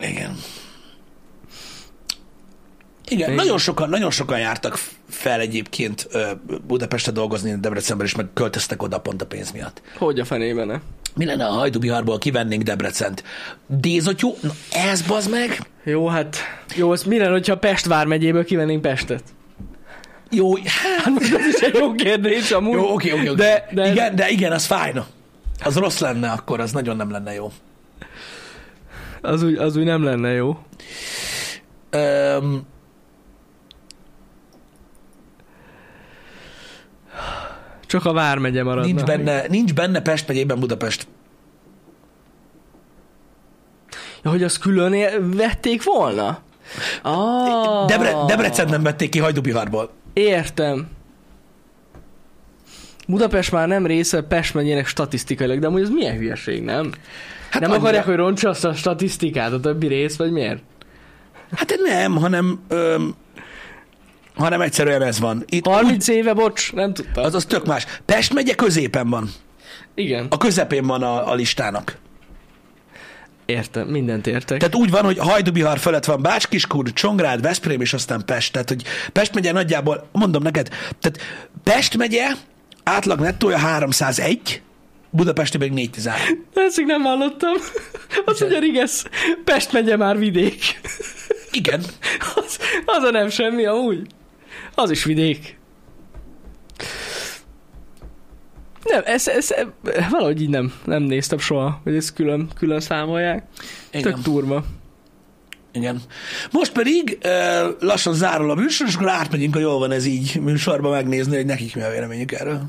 A: Igen. Igen,
B: Igen.
A: nagyon sokan, nagyon sokan jártak fel egyébként ö, Budapestre dolgozni, Debrecenben is, meg költöztek oda pont a pénz miatt.
B: Hogy a fenében ne?
A: Mi lenne, ha Hajdubiharból kivennénk Debrecent? Dézotyó? Na ez bazd meg!
B: Jó, hát... Jó, az mi lenne, hogyha Pest vármegyéből kivennénk Pestet?
A: Jó, hát,
B: Hát most ez is egy jó kérdés amúgy.
A: jó, oké, oké, oké.
B: De, de
A: igen, de igen, az fájna. Az rossz lenne akkor, az nagyon nem lenne jó.
B: Az, úgy, az úgy nem lenne jó.
A: Öm,
B: Csak a vármegye maradna.
A: nincs, benne, nincs benne Pest megyében Budapest.
B: Ja, hogy azt külön él- vették volna? Ah,
A: Debre, Debrecen nem vették ki Hajdubiharból.
B: Értem. Budapest már nem része Pest megyének statisztikailag, de amúgy ez milyen hülyeség, nem? Hát nem
A: annyira-
B: akarják, hogy roncsa azt a statisztikát, a többi rész, vagy miért?
A: Hát nem, hanem, öm, hanem egyszerűen ez van. Itt
B: 30 éve, bocs, nem tudtam.
A: az, az tök más. Pest megye középen van.
B: Igen.
A: A közepén van a, a listának.
B: Értem, mindent értek.
A: Tehát úgy van, hogy Hajdubihar felett van Bács, Kiskun, Csongrád, Veszprém és aztán Pest. Tehát, hogy Pest megye nagyjából, mondom neked, tehát Pest megye átlag nettója 301, Budapesti még 413.
B: Ezt még nem hallottam. Azt mondja, Rigesz, Pest megye már vidék.
A: Igen.
B: Az, az a nem semmi, amúgy. Az is vidék. Nem, ez, ez, ez valahogy így nem, nem néztem soha, hogy ezt külön, külön számolják.
A: Igen.
B: Tök turva.
A: Igen. Most pedig ö, lassan zárul a műsor, és akkor átmegyünk, hogy jól van ez így műsorba megnézni, hogy nekik mi a véleményük erről.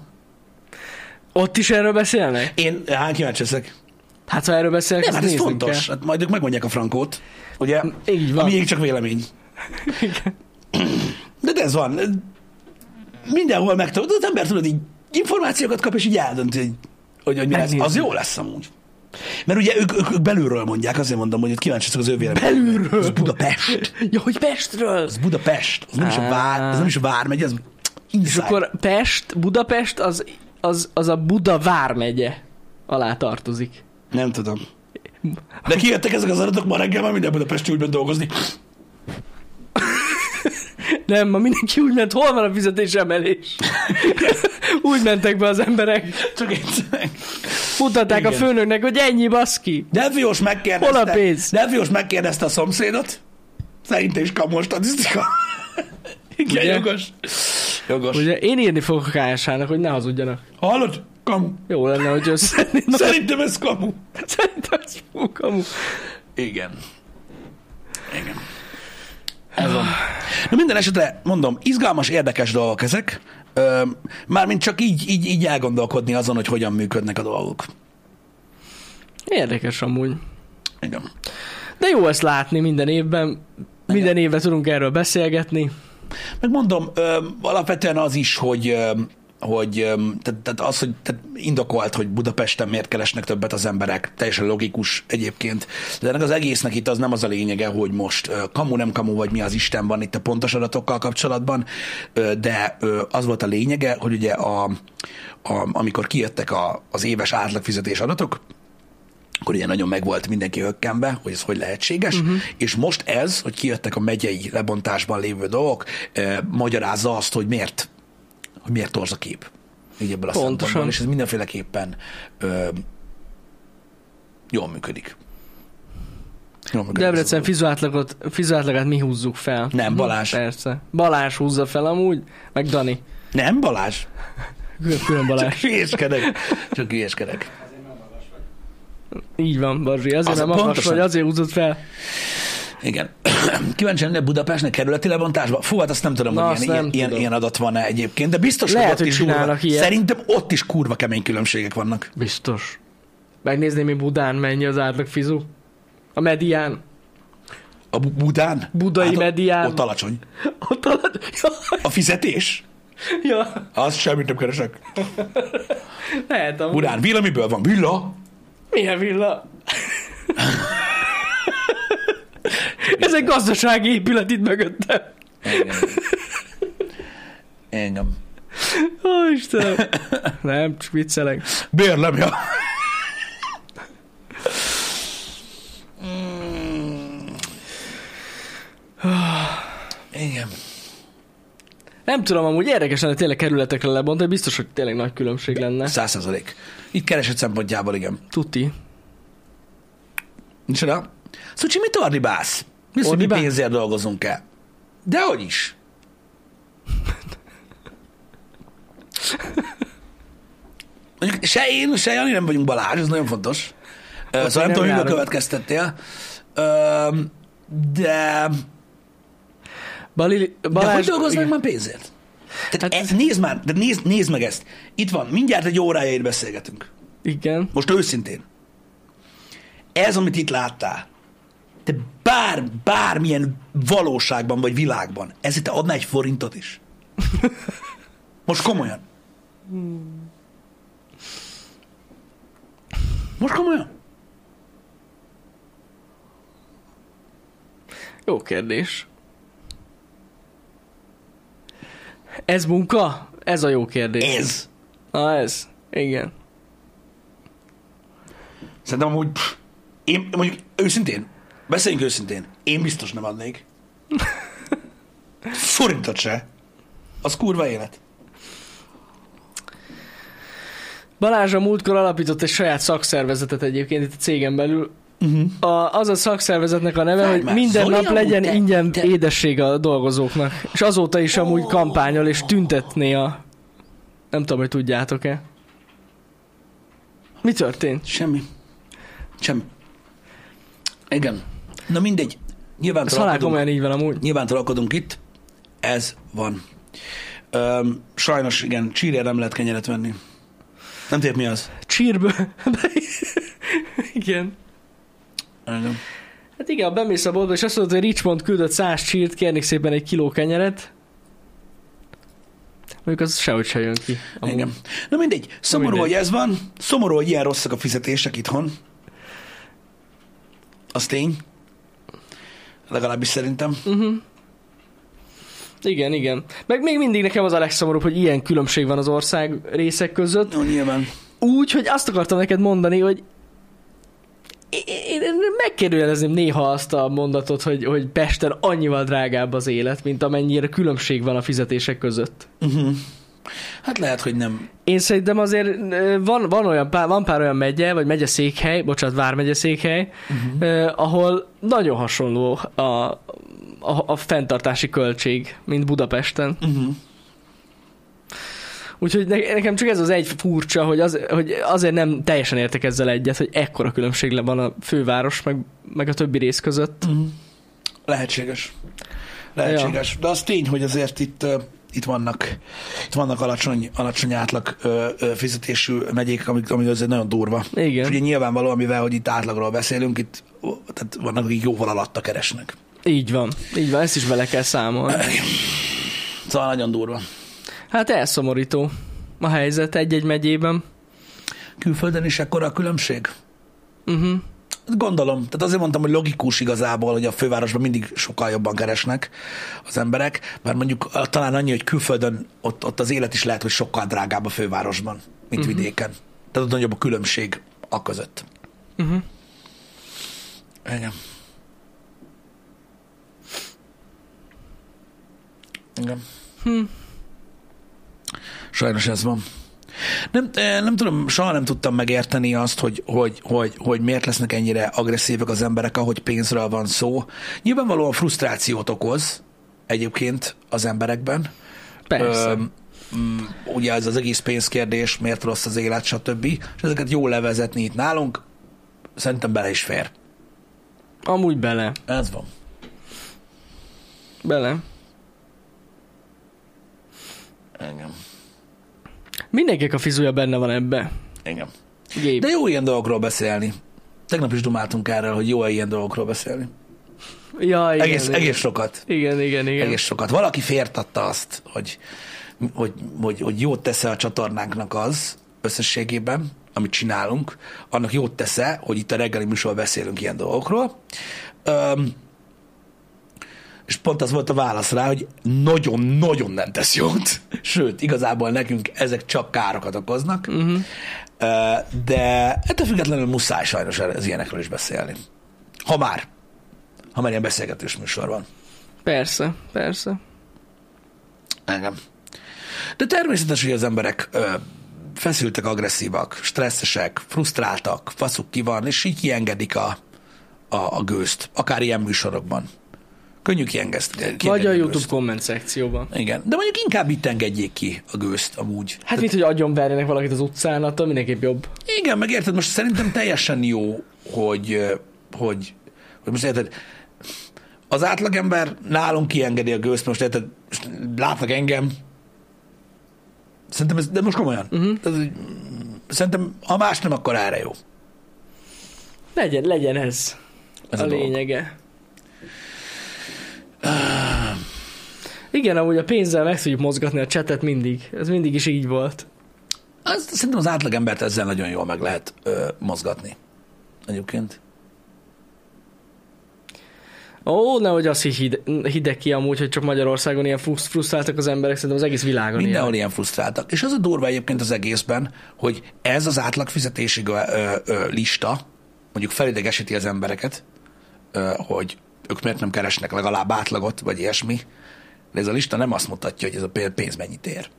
B: Ott is erről beszélnek?
A: Én hány kíváncsi leszek?
B: Hát ha erről beszélnek,
A: Nem, hát
B: azt
A: ez
B: néznünk
A: fontos. Hát majd ők megmondják a frankót. Ugye?
B: Kell. Így van.
A: Miénk csak vélemény. De, de ez van. Mindenhol megtudod, az ember tudod így információkat kap, és így eldönti, hogy, hogy, hogy mi lesz. Az
B: Megnézzük.
A: jó lesz amúgy. Mert ugye ők, ők, ők belülről mondják, azért mondom, hogy ott kíváncsi vagyok az ő véleményére.
B: Belülről?
A: Ez Budapest.
B: Ja, hogy Pestről!
A: Ez Budapest. Ez nem is a vár, ez nem is a vármegy, ez
B: És
A: inside.
B: akkor Pest, Budapest, az, az, az a Buda vármegye alá tartozik.
A: Nem tudom. De kijöttek ezek az adatok ma reggel, már minden Budapesti úgy ment dolgozni.
B: Nem, ma mindenki úgy ment, hol van a fizetésemelés? úgy mentek be az emberek.
A: Csak egyszerűen.
B: Mutatták Igen. a
A: Igen.
B: főnöknek, hogy ennyi baszki.
A: Delfiós megkérdezte,
B: Hol a pénz?
A: Delfiós megkérdezte a szomszédot. Szerintem is kamu a statisztika. Igen,
B: Ugye?
A: jogos. Jogos.
B: Ugye én írni fogok a KSH-nak, hogy ne hazudjanak.
A: Hallod? Kamu.
B: Jó lenne, hogy összenni.
A: Szerintem ez kamu.
B: Szerintem ez fú, kamu.
A: Igen. Igen. Ez van. Na minden esetre mondom, izgalmas, érdekes dolgok ezek. Ö, Mármint csak így, így, így elgondolkodni azon, hogy hogyan működnek a dolgok.
B: Érdekes amúgy.
A: Igen.
B: De jó ezt látni minden évben. Minden évben tudunk erről beszélgetni.
A: Megmondom, ö, alapvetően az is, hogy ö, hogy ö, tehát, tehát az, hogy tehát indokolt, hogy Budapesten miért keresnek többet az emberek, teljesen logikus egyébként. De ennek az egésznek itt az nem az a lényege, hogy most ö, kamu nem kamu, vagy mi az Isten van itt a pontos adatokkal kapcsolatban, ö, de ö, az volt a lényege, hogy ugye a, a, amikor kijöttek a, az éves átlagfizetés adatok, akkor ugye nagyon megvolt mindenki hökkenve, hogy ez hogy lehetséges,
B: Mhm.
A: uh-huh. és most ez, hogy kijöttek a megyei lebontásban lévő dolgok, eh, magyarázza azt, hogy miért, hogy miért torz a kép. Így ebből a
B: Pontosan.
A: szempontból, és ez mindenféleképpen ö, jól működik. Jól működik
B: Debrecen fizu átlagot, fizu átlagát mi húzzuk fel. Hm,
A: Nem, Balázs.
B: Persze. Balázs húzza fel amúgy, meg Dani.
A: Nem, Balázs?
B: Külön, külön
A: Csak
B: Balázs.
A: hülyéskedek. Csak hülyéskedek.
B: Így van, Barzsi. Azért
A: Az-
B: nem magas
A: pontosan.
B: vagy, azért húzott fel.
A: Igen. Kíváncsi lenne Budapestnek kerületi lebontásba? Fú, hát azt nem tudom,
B: Na,
A: hogy
B: azt
A: ilyen,
B: nem
A: ilyen, ilyen,
B: tudom.
A: ilyen adat van-e egyébként, de biztos,
B: Lehet,
A: hogy ott
B: hogy
A: is
B: csinálnak
A: kurva,
B: ilyet.
A: Szerintem ott is kurva kemény különbségek vannak.
B: Biztos. Megnézném, hogy Budán mennyi az átlag fizu. A medián.
A: A Bu- Budán?
B: Budai
A: o-
B: medián.
A: Ott alacsony.
B: Ott alatt. Ja,
A: A fizetés?
B: ja,
A: Azt semmit nem keresek.
B: lehet amúgy.
A: Budán villa miből van? Villa?
B: Milyen villa? Ez egy gazdasági épület itt mögöttem.
A: Engem.
B: Ó, Istenem. Nem, csak viccelek.
A: Bérlem, ja.
B: Hmm.
A: Igen.
B: Nem tudom, amúgy érdekes lenne tényleg kerületekre lebontani, biztos, hogy tényleg nagy különbség lenne.
A: Száz százalék. Itt keresett szempontjából, igen.
B: Tuti.
A: Nincs oda? Szóval mit ordibálsz? Mi az, hogy mi
B: Ordibál?
A: pénzért dolgozunk el? Dehogy is. Mondjuk se én, se Jani nem vagyunk Balázs, ez nagyon fontos. Ö,
B: Ott
A: Szóval nem
B: én
A: tudom,
B: nem
A: miből
B: járok.
A: következtettél. Öm, De,
B: Bali,
A: de hogy
B: Balázs,
A: dolgoznak
B: igen.
A: már pénzért? Tehát
B: Hát-
A: hát, e, nézd már, de nézd, nézd meg ezt. Itt van, mindjárt egy órája itt beszélgetünk.
B: igen.
A: Most őszintén. Ez, amit itt láttál, te bár, bármilyen valóságban vagy világban, ezért te adnál egy forintot is. Most komolyan. Most komolyan.
B: Jó kérdés. Ez munka? Ez a jó kérdés.
A: Ez.
B: Na ez. Igen.
A: Szerintem amúgy, pff, én mondjuk őszintén, beszéljünk őszintén, én biztos nem adnék. Forintot se. Az kurva élet.
B: Balázs a múltkor alapított egy saját szakszervezetet egyébként itt a cégen belül.
A: Uh-huh.
B: A, az a szakszervezetnek a neve,
A: Várj
B: hogy
A: már,
B: minden
A: Zoli,
B: nap
A: amúgy
B: legyen
A: te-
B: ingyen
A: te-
B: édesség a dolgozóknak. És azóta is amúgy
A: Ó.
B: kampányol és tüntetné a... Nem tudom, hogy tudjátok-e. Mi történt?
A: Semmi. Semmi. Igen. Na mindegy. Nyilván
B: Ez halál komolyan így van amúgy.
A: nyilván találkodunk itt. Ez van. Öm, sajnos igen, csírjel nem lehet kenyeret venni. Nem tudjuk mi az.
B: Csírből. Igen.
A: Igen.
B: Hát igen, ha bemész a boltba, és azt mondod, hogy Richmond küldött 100 csírt, kérnék szépen egy kiló kenyeret. Mondjuk az sehogy se jön ki. amúgy.
A: igen. Na mindegy. Szomorú,
B: mindegy.
A: hogy ez van. Szomorú, hogy ilyen rosszak a fizetések itthon. Az tény. Legalábbis szerintem.
B: Mhm. Igen, igen. Meg még mindig nekem az a legszomorúbb, hogy ilyen különbség van az ország részek között.
A: No, nyilván.
B: Úgy, hogy azt akartam neked mondani, hogy én- én én megkérdőjelezném néha azt a mondatot, hogy, hogy Pesten annyival drágább az élet, mint amennyire különbség van a fizetések között.
A: Uh-huh. Hát lehet, hogy nem.
B: Én szerintem azért ö, van, van, olyan pár, van pár olyan megye, vagy megye székhely, bocsánat, vármegye székhely, uh-huh. ahol nagyon hasonló a, a,
A: Mhm.
B: a fenntartási költség, mint Budapesten.
A: Uh-huh.
B: Úgyhogy ne, nekem csak ez az egy furcsa, hogy, az, hogy azért nem teljesen értek ezzel egyet, hogy ekkora különbség le van a főváros, meg, meg a többi rész között.
A: Mhm. Lehetséges. Lehetséges. De az tény, hogy azért itt, ö, itt vannak, itt vannak alacsony, alacsony átlag ö, ö, fizetésű megyék, amik, ami azért nagyon durva. És ugye
B: Igen,
A: nyilvánvalóan, mivel hogy itt átlagról beszélünk, itt ó, tehát vannak, akik jóval alatta keresnek.
B: így van. Így van, ezt is bele kell számolni.
A: Szóval nagyon durva.
B: Hát elszomorító a helyzet egy-egy megyében.
A: Külföldön is ekkora a különbség?
B: Uh-huh.
A: Gondolom. Tehát azért mondtam, hogy logikus igazából, hogy a fővárosban mindig sokkal jobban keresnek az emberek, mert mondjuk ah, talán annyi, hogy külföldön ott, ott az élet is lehet, hogy sokkal drágább a fővárosban, mint uh-huh. vidéken. Tehát ott nagyobb a különbség a között.
B: Uh-huh.
A: Igen. Igen.
B: Hm.
A: Sajnos ez van. Nem, eh, nem tudom, soha nem tudtam megérteni azt, hogy, hogy, hogy, hogy miért lesznek ennyire agresszívek az emberek, ahogy pénzről van szó. Nyilvánvalóan frusztrációt okoz egyébként az emberekben.
B: Persze.
A: Öm, mm, ugye ez az egész pénzkérdés, miért rossz az élet, stb. És ezeket jól levezetni itt nálunk, szerintem bele is fér.
B: Amúgy bele.
A: Ez van.
B: Bele.
A: Engem.
B: Mindenkinek a fizúja benne van ebbe.
A: Engem.
B: Gép.
A: De jó ilyen dolgokról beszélni. Tegnap is dumáltunk erről, hogy jó ilyen dolgokról beszélni.
B: Ja, igen,
A: Egész,
B: igen.
A: egész sokat.
B: Igen, igen, igen.
A: Egész sokat. Valaki fértatta azt, hogy, hogy, hogy, hogy jót tesz a csatornánknak az összességében, amit csinálunk, annak jót tesz hogy itt a reggeli műsorban beszélünk ilyen dolgokról. Öm, és pont az volt a válasz rá, hogy nagyon-nagyon nem tesz jót. Sőt, igazából nekünk ezek csak károkat okoznak, uh-huh. de ettől függetlenül muszáj sajnos erre- az ilyenekről is beszélni. Ha már, ha már ilyen beszélgetős műsor van.
B: Persze, persze.
A: Engem. De természetes, hogy az emberek ö, feszültek, agresszívak, stresszesek, frusztráltak, faszuk ki van, és így kiengedik a, a, a gőzt, akár ilyen műsorokban. Könnyű kiengezt.
B: Vagy
A: kiengedni
B: a
A: gőzt.
B: YouTube komment szekcióban.
A: Igen, de mondjuk inkább itt engedjék ki a gőzt amúgy.
B: Hát mint, hogy agyon verjenek valakit az utcán, attól mindenképp jobb.
A: Igen, meg érted, most szerintem teljesen jó, hogy, ö, hogy, hogy most érted, az átlagember nálunk kiengedi a gőzt, most érted, most látnak engem, szerintem ez, de most komolyan, uh-huh. Tehát, hogy, mm, szerintem ha más nem, akkor erre jó.
B: Legyen, legyen ez.
A: Ez
B: a,
A: a dolog.
B: lényege. Igen, amúgy a pénzzel meg tudjuk mozgatni a csetet mindig. Ez mindig is így volt.
A: Az, szerintem az átlagembert ezzel nagyon jól meg lehet ö, mozgatni. Egyébként.
B: Ó, nehogy azt hide, hideg ki amúgy, hogy csak Magyarországon ilyen frusz- frusztráltak az emberek, szerintem az egész világon
A: Mindenhol
B: ilyen.
A: ilyen frusztráltak. És az a durva egyébként az egészben, hogy ez az átlag fizetési ö, ö, lista mondjuk felidegesíti az embereket, ö, hogy ők miért nem keresnek legalább átlagot, vagy ilyesmi, de ez a lista nem azt mutatja, hogy ez a pé- pénz mennyit ér,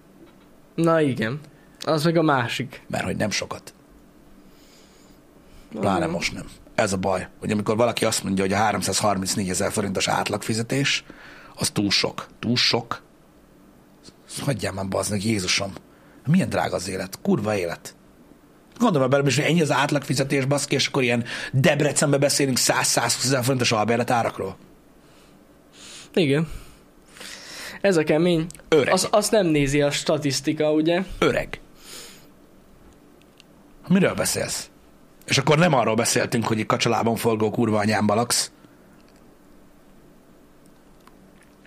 B: Na igen. Az meg a másik.
A: mert hogy nem sokat. Pláne most nem. Ez a baj, hogy amikor valaki azt mondja, hogy a 334 ezer forintos átlagfizetés, az túl sok. Túl sok. Azt Hagyjál már baznak, Jézusom. Milyen drága az élet. Kurva élet. Gondolom bele, hogy ennyi az átlagfizetés, baszki, és akkor ilyen Debrecenbe beszélünk 100-120 ezer forintos albérlet árakról.
B: Igen. Ez a kemény.
A: Öreg.
B: Az, azt nem nézi a statisztika, ugye?
A: Öreg. Miről beszélsz? És akkor nem arról beszéltünk, hogy kacsalában forgó kurva anyámba laksz,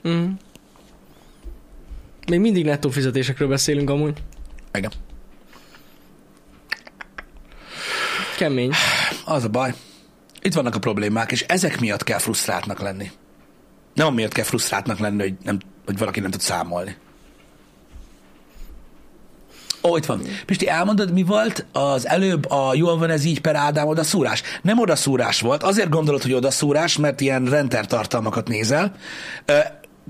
B: Mm. Még mindig nettó fizetésekről beszélünk amúgy.
A: Igen.
B: Kemény.
A: Az a baj. Itt vannak a problémák, és ezek miatt kell frusztráltnak lenni. Nem amiatt kell frusztráltnak lenni, hogy, nem, hogy valaki nem tud számolni. Ó, itt van. Pisti, elmondod, mi volt az előbb a jól van ez így per Ádám odaszúrás? Nem odaszúrás volt, azért gondolod, hogy odaszúrás, mert ilyen renter tartalmakat nézel. Ö,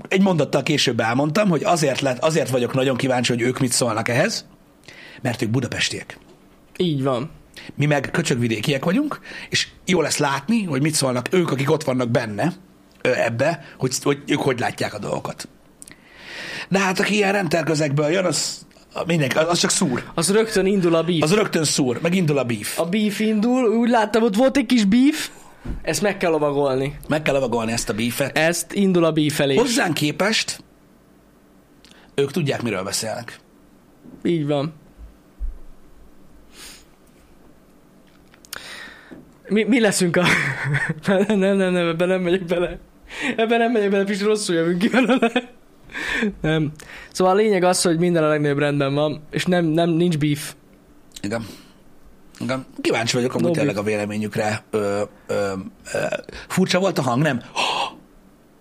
A: Egy mondattal később elmondtam, hogy azért, lett, azért vagyok nagyon kíváncsi, hogy ők mit szólnak ehhez, mert ők budapestiek.
B: Így van.
A: Mi meg köcsögvidékiek vagyunk, és jó lesz látni, hogy mit szólnak ők, akik ott vannak benne ö, ebbe, hogy, hogy ők hogy látják a dolgokat. De hát, aki ilyen rendterközegből jön, az, Mindenki, az az csak szúr.
B: Az rögtön indul a beef.
A: Az rögtön szúr, meg indul a beef.
B: A beef indul, úgy láttam, ott volt egy kis beef, ezt meg kell lovagolni.
A: Meg kell lovagolni ezt a beefet.
B: Ezt indul a beef elé.
A: Hozzánk képest ők tudják, miről beszélnek.
B: Így van. Mi, mi leszünk a... nem, nem, nem, nem, ebben nem megyek bele. Ebben nem megyek bele, Pisti, rosszul jövünk ki belőle. Nem. Szóval a lényeg az, hogy minden a legnagyobb rendben van, és nem, nem nincs beef.
A: Igen. Igen. Kíváncsi vagyok amúgy
B: No
A: tényleg a véleményükre. Ö, ö, ö, furcsa volt a hang, nem?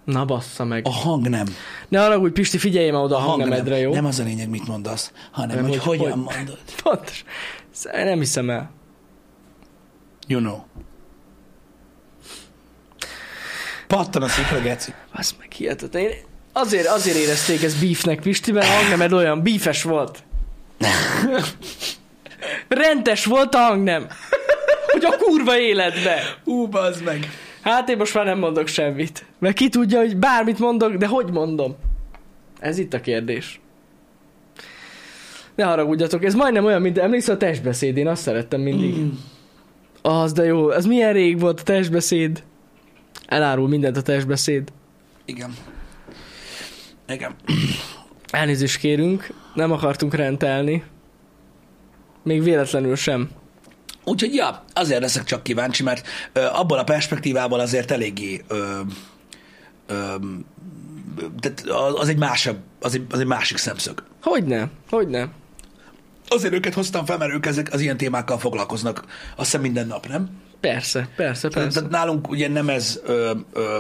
B: Na bassza meg.
A: A hang nem.
B: Ne arra, hogy Pisti, figyelj már oda a
A: A hang
B: hangnemedre, jó?
A: Nem az a lényeg, mit mondasz, hanem, hogy, hogy hogyan mondod.
B: Pontos. Ezt Nem hiszem el.
A: You know. Pattan a szikra, geci.
B: Azt meg hihetetlen. Én azért, azért érezték ezt beefnek, Pisti, mert a hangnemed olyan beefes volt. Rendes volt a hangnem. Hogy a kurva életbe.
A: Ú, bazd meg.
B: Hát én most már nem mondok semmit. Mert ki tudja, hogy bármit mondok, de hogy mondom? Ez itt a kérdés. Ne haragudjatok, ez majdnem olyan, mint emlékszel a testbeszéd, én azt szerettem mindig. Mm. Az de jó, ez milyen rég volt a testbeszéd. Elárul mindent a testbeszéd.
A: Igen. Igen.
B: Elnézést kérünk, nem akartunk rendelni. Még véletlenül sem.
A: Úgyhogy ja, azért leszek csak kíváncsi, mert ö, abból a perspektívából azért eléggé ö, ö, tehát az- az egy, másabb, az, egy, az egy másik szemszög.
B: Hogyne, hogyne.
A: Azért őket hoztam fel, mert ők ezek az ilyen témákkal foglalkoznak, azt hiszem minden nap, nem?
B: Persze, persze,
A: Tehát
B: persze.
A: tehát nálunk ugye nem ez ö, ö,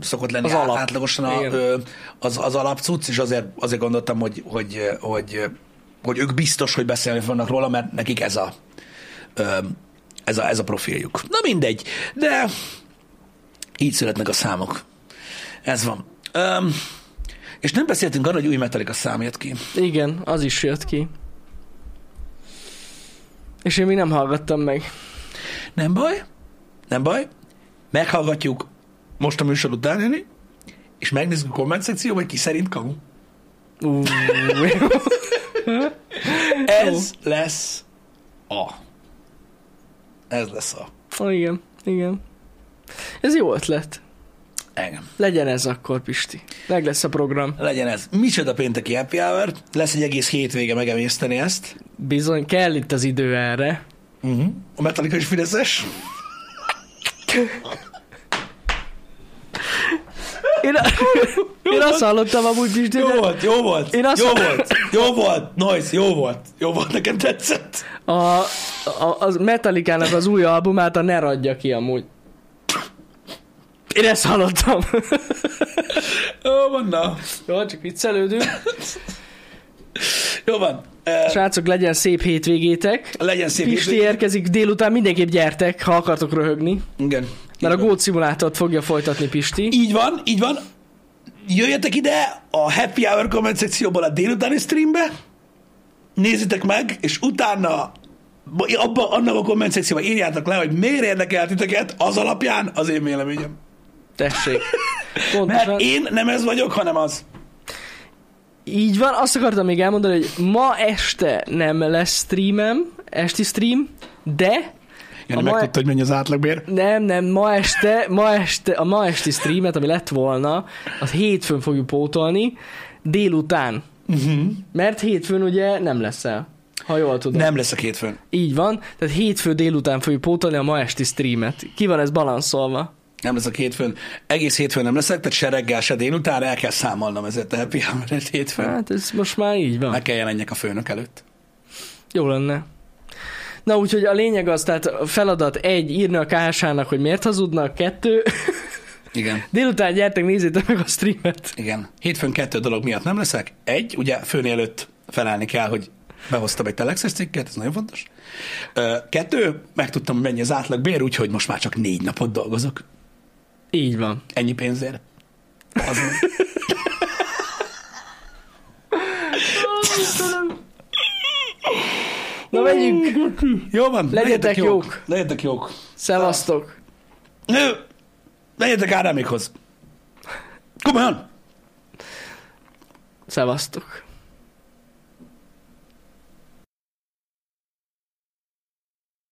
A: szokott lenni
B: Az
A: az
B: alap.
A: átlagosan a,
B: Igen.
A: ö, az, az alapcucc, és azért, azért gondoltam, hogy, hogy, hogy, hogy ők biztos, hogy beszélni fognak róla, mert nekik ez a, ö, ez a, ez a profiljuk. Na mindegy, de így születnek a számok. Ez van. Ö, és nem beszéltünk arra, hogy új Metallica szám jött ki.
B: Igen, az is jött ki. És én még nem hallgattam meg.
A: Nem baj, nem baj. Meghallgatjuk most a műsor után, Jani, és megnézzük a komment szekcióban, hogy ki szerint kamu.
B: Ú,
A: Ez lesz a. Ez lesz a.
B: Ó, igen, igen. Ez jó ötlet.
A: Engem.
B: Legyen ez akkor, Pisti. Meg lesz a program.
A: Legyen ez. Micsoda pénteki happy hour. Lesz egy egész hétvége megemészteni ezt.
B: Bizony, kell itt az idő erre. Mhm.
A: Uh-huh. A Metallica is fideszes.
B: Én, a... én azt hallottam amúgy, Pisti,
A: Jó
B: de
A: volt, jó volt,
B: Én azt-
A: jó volt, jó volt, noise, jó volt, jó volt, nekem tetszett.
B: a, a, az Metallica-nak az új albumát a Ne adja ki amúgy. Én ezt hallottam.
A: Jó van, na.
B: Jó, csak viccelődünk.
A: Jó van. Uh,
B: Srácok, legyen szép hétvégétek.
A: legyen szép
B: Pisti
A: hétvég-
B: érkezik délután, mindenképp gyertek, ha akartok röhögni.
A: Igen.
B: Mert a
A: Így van.
B: Goat szimulátort fogja folytatni Pisti.
A: Így van, így van. Jöjjetek ide a Happy Hour komment szekcióból a délutáni streambe, nézzétek meg, és utána abba, annak a komment szekcióban írjátok le, hogy miért érdekelt titeket az alapján az én véleményem.
B: Tessék.
A: Mert
B: Pontosan.
A: én nem ez vagyok, hanem az.
B: Így van, azt akartam még elmondani, hogy ma este nem lesz streamem, esti stream, de
A: Jani
B: A mai- megtudta,
A: hogy mennyi az átlagbér.
B: nem, nem, ma este, ma este, a ma esti streamet, ami lett volna, az hétfőn fogjuk pótolni, délután.
A: Uh-huh.
B: Mert hétfőn ugye nem leszel, ha jól tudom.
A: Nem leszek hétfőn.
B: Így van, tehát hétfő délután fogjuk pótolni a ma esti streamet. Ki van ez balanszolva?
A: Nem leszek hétfőn. Egész hétfőn nem leszek, tehát se reggel, se délután el kell számolnom ezért a happy hour hétfőn.
B: Hát ez most már így van.
A: Meg kell jelenjek a főnök előtt.
B: Jó lenne. Na úgyhogy a lényeg az, tehát a feladat egy, írni a KH-nak, hogy miért hazudnak, kettő,
A: Igen.
B: délután gyertek, nézzétek meg a streamet.
A: Igen. Hétfőn kettő dolog miatt nem leszek. Egy, ugye főn előtt felelni kell, hogy behoztam egy telexes cikket, ez nagyon fontos. Ö, Kettő, megtudtam, hogy mennyi az átlag bér, úgyhogy most már csak négy napot dolgozok.
B: Így van.
A: Ennyi pénzért. Az
B: Na megyünk,
A: Jó van,
B: Legyetek jók.
A: Legyetek jók.
B: szevasztok.
A: Ö, Legyetek árámékhoz. Komolyan!
B: Szevasztok.